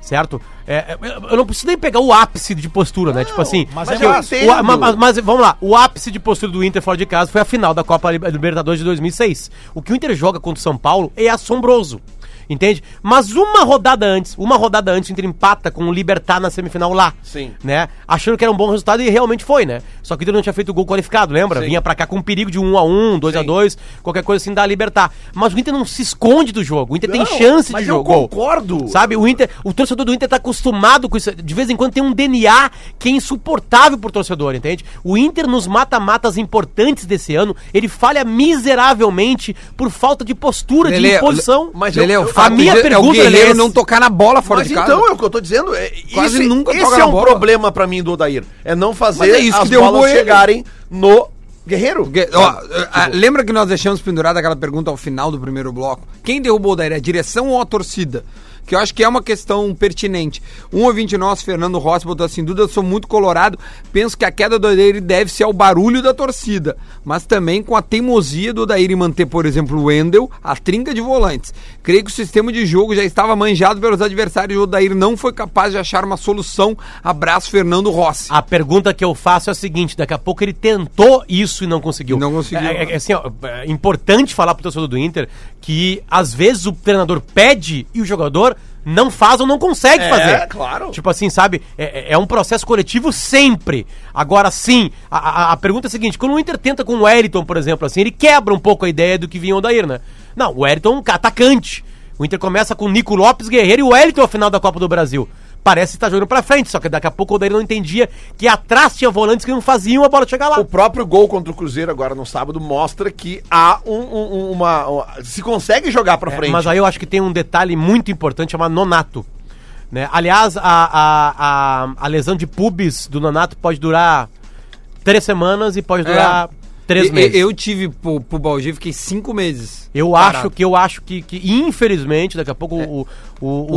Certo? É, é, eu- eu não preciso nem pegar o ápice de postura, né? Tipo assim.
mas
é
que
eu
o,
entendo.
a- ma- mas, mas vamos lá. O ápice de postura do Inter fora de casa foi a final da Copa Li- Libertadores de 2006. O que o Inter joga contra o São Paulo é assombroso. Entende? Mas uma rodada antes, uma rodada antes, o Inter empata com o Libertar na semifinal lá.
Sim.
Né? Achando que era um bom resultado e realmente foi, né? Só que o Inter não tinha feito gol qualificado, lembra?
Sim.
Vinha pra cá com perigo de 1 a 1 2 a 2 qualquer coisa assim, dá a libertar. Mas o Inter não se esconde do jogo. O Inter tem
Não,
chance
mas
de
eu
jogo. gol.
concordo.
Sabe? O Inter, o torcedor do Inter tá acostumado com isso. De vez em quando tem um DNA que é insuportável pro torcedor, entende? O Inter nos mata-matas importantes desse ano, ele falha miseravelmente por falta de postura, de
Lelê,
imposição.
Mas Lelê,
eu-
o
eu-
fato
a minha
de- é o
pergunta, Lelê,
guerreiro
é
não
esse.
tocar na bola fora
mas
de casa.
então é o que eu tô dizendo. É,
Quase
esse,
nunca
esse
toca
é
na
um
bola.
problema pra mim do Odair. É não fazer
Mas é isso
as
que derrubou
bolas
ele.
chegarem no Guerreiro.
Porque, ó,
tipo
a- a- lembra É que nós deixamos pendurada aquela pergunta ao final do primeiro bloco? Quem derrubou o Daíra, a direção ou a torcida? que eu acho que é uma questão pertinente. Um ouvinte nosso, Fernando Rossi, botou assim: Duda, eu sou muito colorado, penso que a queda do Odair deve ser ao barulho da torcida, mas também com a teimosia do Odair em manter, por exemplo, o Wendel, a trinca de volantes. Creio que o sistema de jogo já estava manjado pelos adversários e o Odair não foi capaz de achar uma solução. Abraço, Fernando Rossi.
A pergunta que eu faço é a seguinte: daqui a pouco ele tentou isso e não conseguiu.
Não conseguiu.
É, é- é assim, ó, é importante falar pro torcedor do Inter que às vezes o treinador pede e o jogador não faz ou não consegue
É,
fazer.
É, claro.
Tipo assim, sabe? É, é- é um processo coletivo sempre. Agora sim, a, a- a pergunta é a seguinte: quando o Inter tenta com o Eriton, por exemplo, assim, ele quebra um pouco a ideia do que vinha o Odair, né? Não, o Eriton é um ca- atacante. O Inter começa com o Nico Lopes Guerreiro e o Eriton ao final da Copa do Brasil. Parece que tá jogando pra frente, só que daqui a pouco o Odair não entendia que atrás tinha volantes que não faziam a bola chegar lá.
O próprio gol contra o Cruzeiro agora no sábado mostra que há um, um- um- uma, uma- Se consegue jogar pra
É,
frente.
Mas aí eu acho que tem um detalhe muito importante chamado nonato. Né? Aliás, a, a, a, a lesão de pubis do nonato pode durar três semanas e pode durar três
É. E-
meses.
e-
Eu,
Eu tive pro, pro Balgi, fiquei cinco meses.
acho que eu acho que, que, infelizmente, daqui a pouco o, o, o,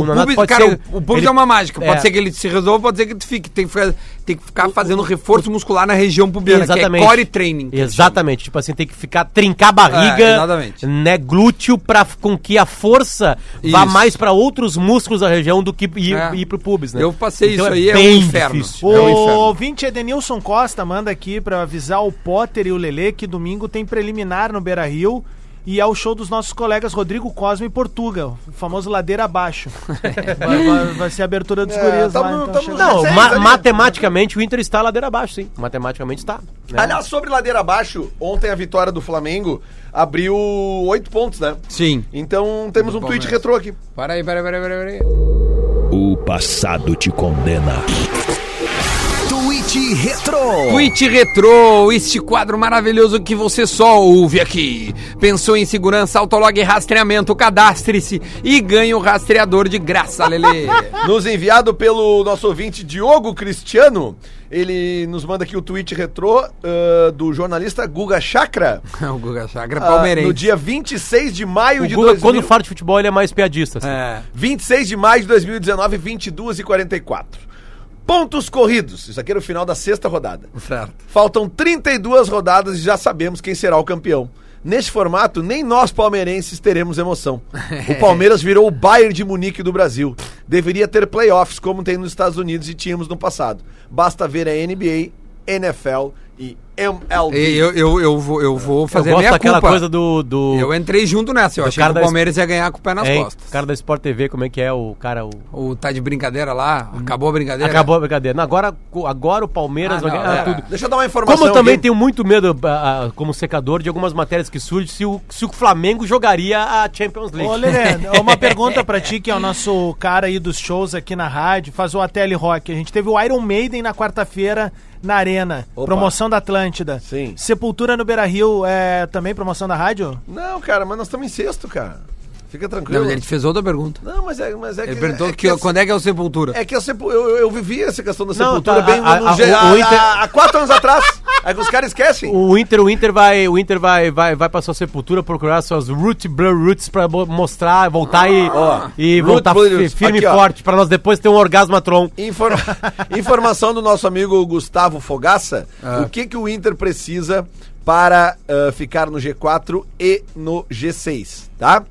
É. O,
nonato
pubis,
pode
cara,
ser-
o o pubis
ele-
é uma mágica. Pode
é.
ser que ele se resolva, pode ser que tu fique. Tem que ficar, tem que ficar fazendo reforço muscular na região pubiana,
Exatamente.
que é core training. que eles
Exatamente. Tipo assim, tem que ficar, trincar a barriga,
É, exatamente.
né, glúteo, pra, com que a força vá
Isso.
mais pra outros músculos da região do que ir,
É.
ir pro pubis, né?
Eu passei
Então
isso aí, é um
bem
inferno.
difícil.
É um
o
inferno.
ouvinte Edenilson Costa manda aqui pra avisar o Potter e o Lelê que domingo tem preliminar no Beira Rio e é o show dos nossos colegas Rodrigo Cosme e Portuga, o famoso Ladeira Abaixo. vai, vai- vai ser a abertura dos
É,
guris
tamo-
lá. Então
tamo-
chega-
Não,
Seis
ma-
ali.
matematicamente o Inter está ladeira abaixo, sim. Matematicamente está. né?
Aliás, sobre ladeira abaixo, ontem a vitória do Flamengo abriu oito pontos, né?
Sim.
Então temos um tweet
Palmeiras.
retrô aqui.
Para aí, para aí, para aí, para aí.
O passado te condena.
Twitch Retro.
Tweet Retro, este quadro maravilhoso que você só ouve aqui. Pensou em segurança, autolog e rastreamento, cadastre-se e ganhe o rastreador de graça, Lele.
Nos enviado pelo nosso ouvinte Diogo Cristiano. Ele nos manda aqui o tweet retrô ah, do jornalista Guga Chakra.
o Guga Chakra
ah,
palmeirense.
no dia 26 de maio
O
de
Guga,
2000
quando fala de futebol, ele é mais piadista. assim.
É.
26 de maio de 2019, 22 e 44. Pontos corridos. Isso aqui era o final da sexta rodada.
Certo.
Faltam 32 rodadas e já sabemos quem será o campeão. Neste formato, nem nós palmeirenses teremos emoção. O Palmeiras virou o Bayern de Munique do Brasil. Deveria ter playoffs, como tem nos Estados Unidos e tínhamos no passado. Basta ver a NBA, NFL e
E
MLB.
Eu, eu, eu, vou, eu vou fazer
eu
a
gosto
é minha
daquela
culpa.
coisa do. do
Eu entrei junto nessa, eu
do
achei
cara
que o
da- É, então.
Palmeiras ia ganhar com o pé nas
hein,
costas.
o cara da Sport TV, como é que é o cara. O...
O tá de brincadeira lá, acabou a brincadeira.
Uhum. Acabou a brincadeira. Não, agora, agora o Palmeiras
É, né? Ah,
vai
não,
ganhar
é.
tudo.
Deixa eu dar uma informação.
Como eu também
aqui.
tenho muito medo, ah, ah, como secador, de algumas matérias que surgem, se o, se o Flamengo jogaria a Champions League.
Ô, Lelê, uma pergunta pra ti, que é o nosso cara aí dos shows aqui na rádio, faz o Ateli Rock. A gente teve o Iron Maiden na quarta-feira na Arena.
Opa.
Promoção da Atlântida.
Sim.
Sepultura no Beira Rio é também promoção da rádio?
Não, cara, mas nós estamos em sexto, cara. Fica tranquilo.
Não, mas ele te fez outra pergunta.
Não, mas é, mas é
Ele perguntou
é
que, quando é que é o Sepultura.
É que eu, sepu- eu, eu vivi essa questão da
Não, tá,
sepultura bem
a-
no
a-
ge-
o-
há-
o Inter-
há quatro anos atrás. Aí que os caras esquecem.
O Inter, o Inter vai, o Inter vai, vai, vai pra sua sepultura procurar suas root blur roots pra bo- mostrar, voltar e, e
Root
voltar
Blur
fi-
Roots.
firme
Aqui,
e
ó.
forte pra nós depois ter um orgasmatron.
Informa- Informação do nosso amigo Gustavo Fogaça. O que, que o Inter precisa para ah, ficar no G4 e no G6, tá?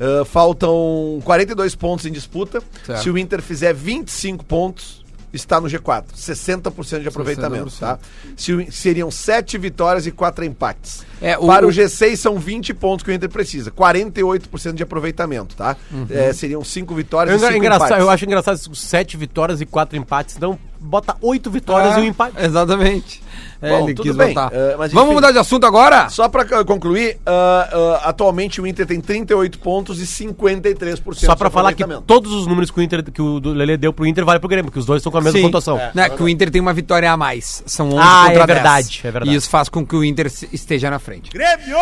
Ah, faltam 42 pontos em disputa.
Certo.
Se o Inter fizer 25 pontos, está no G4. 60% de aproveitamento, tá? Se o- seriam 7 vitórias e 4 empates.
É, o-
para o,
o-
G6 são 20 pontos que o Inter precisa. 48% de aproveitamento, tá? É, seriam 5 vitórias
Eu,
e 5
engraçado, eu acho engraçado esses sete vitórias e quatro empates. Então, bota oito
Ah,
vitórias e um empate.
Ah, Exatamente. É,
Bom,
ele
tudo
quis
bem,
botar.
eh, mas
Vamos
enfim.
mudar de assunto agora?
Só pra eh, concluir, ah, ah, atualmente o Inter tem 38 pontos e 53%
Só pra
de
falar que
um aproveitamento.
todos os números que o, Inter, que o do Lelê deu pro Inter vale pro Grêmio, que os dois estão com a mesma
Sim.
pontuação.
É, né, que o Inter tem uma vitória a mais. São 11
Ah,
contra
é verdade,
10.
é verdade.
E isso faz com que o Inter se- esteja na frente.
Grêmio!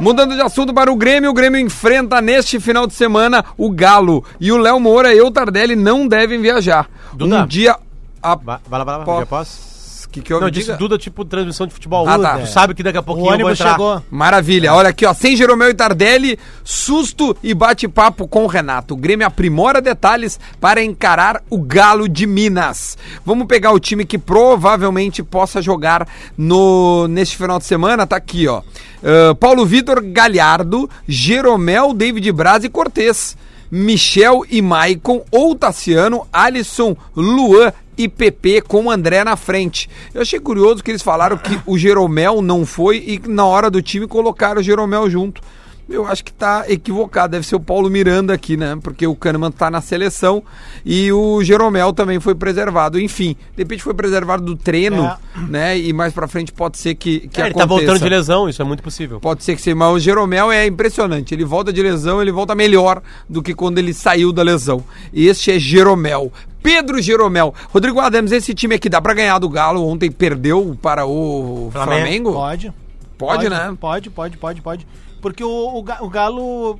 Mudando de assunto para o Grêmio, o Grêmio enfrenta neste final de semana o Galo. E o Léo Moura e o Tardelli não devem viajar.
Duda.
Um dia... a-
Vai, vai lá, vai lá,
Pô.
já posso?
Que que eu
Não, eu disse Duda, tipo, transmissão de futebol.
Ah, tá.
Tu sabe que daqui a
O
pouquinho eu vou
ônibus
entrar.
chegou.
Maravilha. Olha aqui, ó. Sem Jeromel e Tardelli, susto e bate-papo com o Renato. O Grêmio aprimora detalhes para encarar o Galo de Minas. Vamos pegar o time que provavelmente possa jogar no neste final de semana. Tá aqui, ó. Ah, Paulo Vitor Galhardo, Jeromel, David Braz e Cortez. Michel e Maicon, ou Tassiano, Alisson, Luan e PP com o André na frente. Eu achei curioso que eles falaram que o Jeromel não foi e que na hora do time colocaram o Jeromel junto. Eu acho que tá equivocado, deve ser o Paulo Miranda aqui, né? Porque o Kahneman tá na seleção e o Jeromel também foi preservado. Enfim, de repente foi preservado do treino,
É.
né? E mais pra frente pode ser que, que
É, ele tá voltando de lesão, isso é muito possível.
Pode ser que sim, mas o Jeromel é impressionante. Ele volta de lesão, ele volta melhor do que quando ele saiu da lesão. E este é Jeromel. Pedro Jeromel. Rodrigo Adams, esse time aqui dá pra ganhar do Galo. Ontem perdeu para o Flamengo?
Flamengo.
Pode.
Pode, né?
Pode, pode, pode, pode. Porque o, o Ga- o Galo.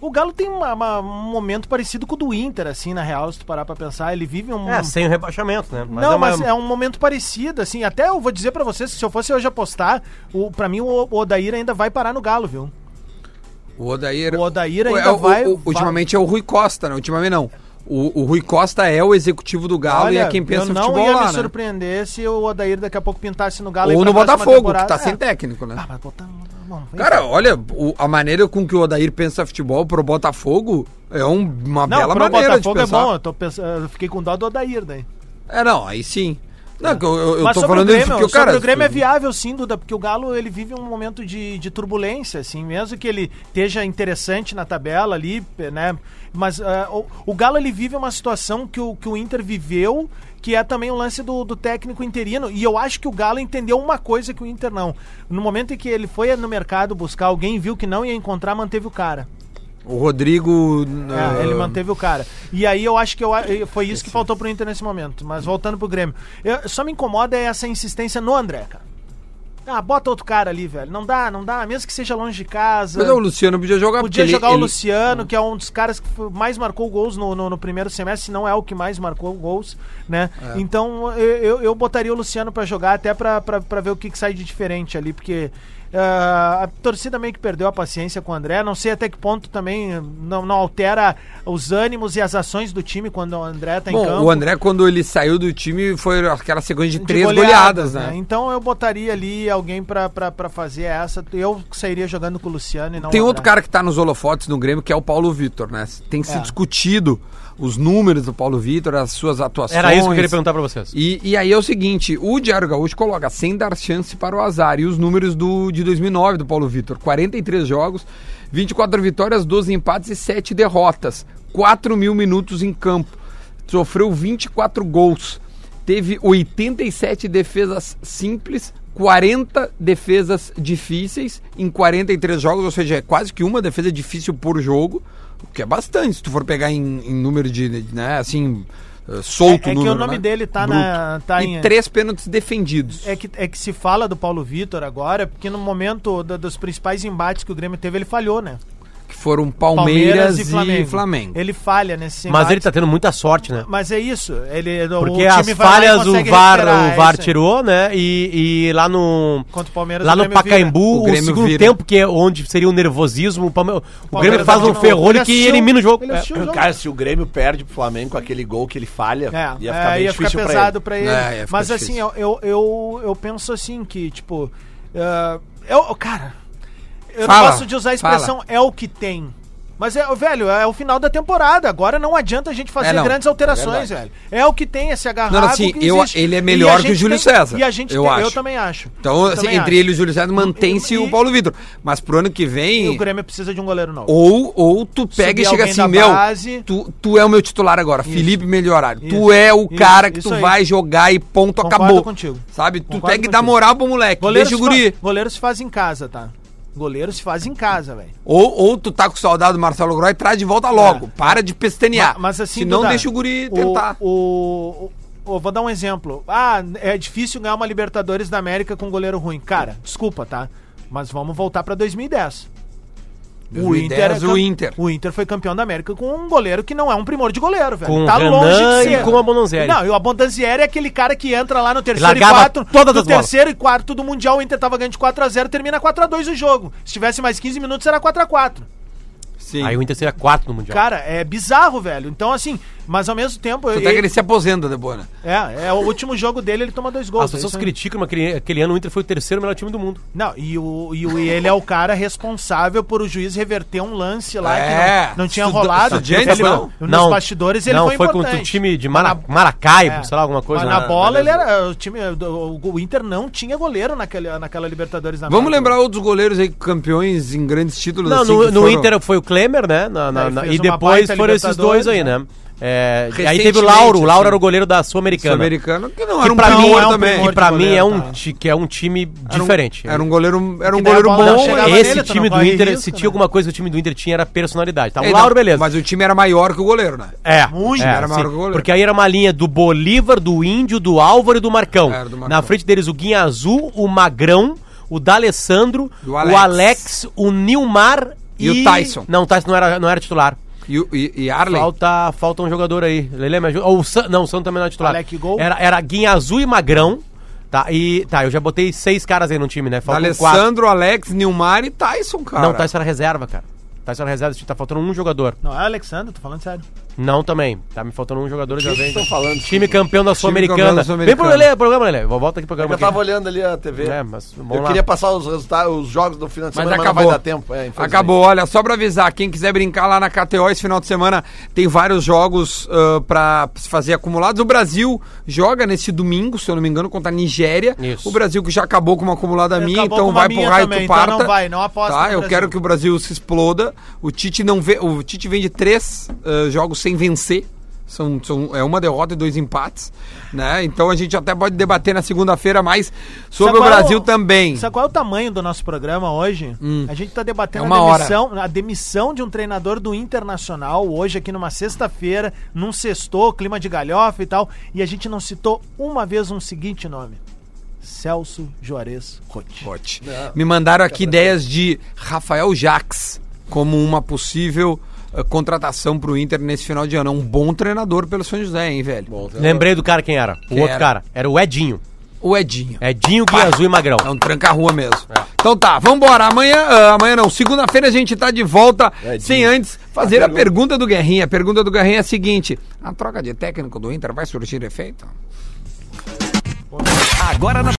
O Galo tem uma- uma- um momento parecido com o do Inter, assim, na real, se tu parar pra pensar. Ele vive um.
É, sem o rebaixamento, né?
não,
é uma-
mas é um momento parecido, assim. Até eu vou dizer pra vocês que se eu fosse hoje apostar, o, pra mim o Odair ainda vai parar no Galo, viu?
O Odair.
O Odair
O-
ainda
é, o-
vai-
o- ultimamente é o Rui Costa, né? Ultimamente não. O, o Rui Costa é o executivo do Galo e é quem pensa
eu
no
não
futebol
ia
lá,
me
né?
surpreender se o Odair daqui a pouco pintasse no Galo. aí
Ou
pra
no
próxima
Botafogo, que tá
temporada.
sem
É.
técnico, né?
Ah, mas botar... Bom, tá enfim.
Cara, olha, o- a maneira com que o Odair pensa futebol pro Botafogo é um- uma
não,
bela
pro
maneira de
Botafogo é
pensar.
bom. Eu, tô pens- eu fiquei com dó do Odair daí.
É, não, aí sim. Não, que eu, eu, eu
É. Mas
tô
sobre o
falando
Grêmio,
isso porque o
sobre
cara. Hum.
o Grêmio é viável sim, Duda, porque o Galo ele vive um momento de, de turbulência, assim, mesmo que ele esteja interessante na tabela ali, né? Mas ah, o, o Galo ele vive uma situação que o, que o Inter viveu, que é também o lance do, do técnico interino. E eu acho que o Galo entendeu uma coisa que o Inter não. No momento em que ele foi no mercado buscar alguém, viu que não ia encontrar, manteve o cara.
O Rodrigo.
É,
eh,
ele manteve o cara. E aí eu acho que eu, eh, foi isso que faltou pro Inter nesse momento. Mas voltando pro Grêmio. Eu- só me incomoda é essa insistência no André, cara. Ah, bota outro cara ali, velho. Não dá, não dá. Mesmo que seja longe de casa.
Mas o Luciano podia jogar porque
Podia
ele-
jogar o
ele- Hum.
Luciano, que é um dos caras que foi- mais marcou gols no, no, no primeiro semestre, se não é o que mais marcou gols, né?
É.
Então eu, eu, eu botaria o Luciano pra jogar até pra, pra, pra ver o que, que sai de diferente ali, porque ah, a torcida meio que perdeu a paciência com o André. Não sei até que ponto também eh, não, não altera os ânimos e as ações do time quando o André tá em
Bom,
campo.
o André, quando ele saiu do time, foi aquela sequência de,
De
três goleadas, né?
Então eu botaria ali alguém pra, pra, pra fazer essa. Eu sairia jogando com o Luciano e não
Tem
o
outro
André.
cara que tá nos holofotes no Grêmio, que é o Paulo Vitor, né? Tem
É.
se discutido os números do Paulo Vitor, as suas atuações.
Era isso que eu queria perguntar pra vocês.
E, e aí é o seguinte, o Diário Gaúcho coloca sem dar chance para o azar. E os números do, de 2009 do Paulo Vitor, 43 jogos, 24 vitórias, 12 empates e 7 derrotas. 4 mil minutos em campo. Sofreu 24 gols. Teve 87 defesas simples, 40 defesas difíceis em 43 jogos, ou seja, é quase que uma defesa difícil por jogo, o que é bastante, se tu for pegar em, em número de, né, assim, eh, solto
É- é que
número,
o nome
né?
dele tá
Bruto.
na- tá
e
em-
três pênaltis defendidos.
É que, é que se fala do Paulo Vitor agora, porque no momento da- dos principais embates que o Grêmio teve, ele falhou, né?
que foram Palmeiras, e Flamengo.
Ele falha nesse
Mas ele tá tendo muita sorte, né?
Mas é isso. Ele,
Porque
time
as
vai lá e
falhas o
consegue
VAR,
recuperar,
o
é
VAR
isso aí.
tirou, né? E, e lá no.
Contra o Palmeiras,
lá
o
no
Grêmio vira.
O
Pacaembu, o,
Grêmio
segundo
vira.
tempo, que é onde seria o nervosismo, o, Palme... o, Grêmio
Palmeiras
faz
não-
um ferrolho
ele
que
assistiu-
elimina o jogo. É,
ele assistiu o jogo.
Cara, se o Grêmio perde pro Flamengo com aquele gol que ele falha,
É,
ia ficar
é,
bem
ia ficar
difícil pra
pesado
ele.
pra ele.
É, ia ficar
Mas
difícil.
assim, eu, eu, eu, eu penso assim que, tipo. ah, eu, cara, eu não
Fala,
gosto de usar a expressão é o que tem. Mas, é, velho, é o final da temporada. Agora não adianta a gente fazer
É, não.
grandes alterações, velho. É o que tem, é se agarrar
Não, não,
ao
assim,
que
eu-
existe.
ele é
E a
melhor que o
gente
Júlio
tem-
César,
E a gente
eu
tem-
acho.
Eu também acho.
Então,
Eu
assim,
também
entre
acho.
ele e o Júlio César mantém-se
E-
o Paulo Vitor. Mas pro ano que
E o
vem,
Grêmio precisa de um goleiro novo.
ou, ou tu pega e
Subir
chega
alguém
assim,
da
meu,
base.
tu, tu é o meu titular agora, Felipe Melhorário. Tu
Isso.
é o
Isso.
cara que
Isso
tu
aí.
vai jogar e ponto,
Concordo
acabou.
contigo.
Sabe? Tu
Concordo
tem que dar
contigo.
moral pro moleque, deixa o
se
guri.
fa- goleiro se faz em casa, tá? Goleiro se faz em casa, velho.
Ou, ou tu tá com saudade do Marcelo Groy, traz de volta logo. Para de pestanear.
É. Ma- Mas assim,
Se não,
Duda,
deixa o guri tentar.
O, o- o- vou dar um exemplo. Ah, é difícil ganhar uma Libertadores da América com um goleiro ruim. Cara, desculpa, tá? Mas vamos voltar pra 2010. O Inter,
2010,
é
o
cam-
Inter.
o Inter foi campeão da América com um goleiro que não é um primor de goleiro, velho.
Com
tá
o Renan
longe de
e
ser.
com o Abondanzieri.
Não, e o Abondanzieri é aquele cara que entra lá no terceiro e
Largava
quarto.
todas
do
as bolas.
terceiro e quarto do Mundial, o Inter tava ganhando de 4x0, termina 4x2 o jogo. Se tivesse mais 15 minutos, era 4x4.
Sim.
É. Aí o Inter seria quarto no Mundial.
Cara, é bizarro, velho. Então, assim, mas ao mesmo tempo.
tá
Até que ele se aposenta, né? Debona.
É, é o último jogo dele, ele toma dois gols.
As pessoas
é isso aí.
criticam, mas aquele, aquele ano o Inter foi o terceiro melhor time do mundo.
Não, e, o, e, o- e ele é o cara responsável por o juiz reverter um lance lá
É,
que não, não tinha
estuda-
rolado.
estudiante,
ele,
não?
Nos bastidores ele
não,
foi
foi,
importante. É.
contra o time de Mara- Maracaibo, sei lá, alguma coisa.
Mas na
né?
bola ele era. O, time, o, o Inter não tinha goleiro naquela, naquela Libertadores da
Vamos
América.
lembrar outros goleiros aí, campeões em grandes títulos.
Não,
assim,
no,
que
no
foram-
Inter foi o Klemer, né? Na- na-
Aí
na-
É, fez
e
uma
depois
baita
foram esses
Libertadores,
dois aí, né? É, e aí
Recentemente,
teve o Lauro. O Lauro
assim.
era o goleiro da Sul-Americana.
Sul-Americano, que não
Que
era um
pra mim
primor
é um
também.
Que
primor
pra
de
mim é
goleiro,
um,
tá.
ti- que é um time
Era um-
diferente.
Era um goleiro, era um
Que daí a
goleiro
bola não
bom.
chegava
mas-
Esse
nele, tu não
time do
corre
Inter,
risco,
se
né?
tinha alguma coisa que o time do Inter tinha, era personalidade. Tá? O
É,
Lauro,
não,
beleza.
Mas o time era maior que o goleiro, né?
É,
Muito.
é,
Era
sim,
maior que o goleiro.
Porque aí era uma linha do Bolívar, do Índio, do Álvaro e do Marcão.
Era do Marcão.
Na frente deles o Guinha Azul, o Magrão, o D'Alessandro,
E o
o
Alex.
Alex. o Nilmar
E o Tyson.
Não, o Tyson não era, não era titular.
E, o- e, e Arley?
Falta, falta um jogador aí. Lele me ajuda. Ou o San... Não, o Santos também não é titular.
Alec Gol.
Era, era Guinha Azul e Magrão. Tá, e tá, eu já botei seis caras aí no time, né? Faltam quatro.
Alessandro, Alex, Nilmar e Tyson, cara.
Não, Tyson era reserva, cara. Tyson era reserva, tá faltando um jogador.
Não, é o Alexandre, tô falando sério.
Não, também. Tá me faltando um jogador já vem.
estão falando?
Time campeão da
campeão da
Sul-Americana.
Sul-Americana.
Vem pro Lelê, programa, Lelê. Vou- Volta aqui pro
Eu
programa.
tava
aqui.
olhando ali a TV.
É, mas vamos
eu
lá.
queria passar os resultados, os jogos do final de
Mas
semana, mas,
acabou.
não vai dar tempo. É, infelizmente.
Acabou, olha, só pra avisar, quem quiser brincar lá na KTO esse final de semana, tem vários jogos ah, pra se fazer acumulados. O Brasil joga nesse domingo, se eu não me engano, contra a Nigéria.
Isso.
O Brasil que já acabou com uma acumulada minha,
Acabou
então
com uma
vai pro
minha
raio
também,
do
então
parta.
não vai, não aposta
Tá,
no
eu
Brasil.
quero que o Brasil se exploda. O Tite não vê, o Tite vem de três ah, jogos sem vencer. São, são, é uma derrota e dois empates, né? Então a gente até pode debater na segunda-feira mais sobre
Sabe
o
qual é
Brasil também.
Sabe qual é o tamanho do nosso programa hoje? A gente tá debatendo
É uma
a,
hora.
demissão, a demissão de um treinador do Internacional hoje, aqui numa sexta-feira, num sexto, clima de galhofa e tal. E a gente não citou uma vez um seguinte nome: Celso Juarez Rotti.
Pote. Me mandaram aqui ideias de Rafael Jaques como uma possível eh, contratação pro Inter nesse final de ano. É Um bom treinador pelo São José, hein, velho?
Lembrei do cara quem era. O
Quem
outro
era?
cara. Era o Edinho.
O Edinho.
Edinho, Guia Azul e Magrão.
É um tranca-rua mesmo. Então tá, vambora. Amanhã, ah, amanhã não, segunda-feira a gente tá de volta, sem antes fazer a pergunta do Guerrinha. A pergunta do Guerrinha é a seguinte: a troca de técnico do Inter vai surtir efeito?
Agora na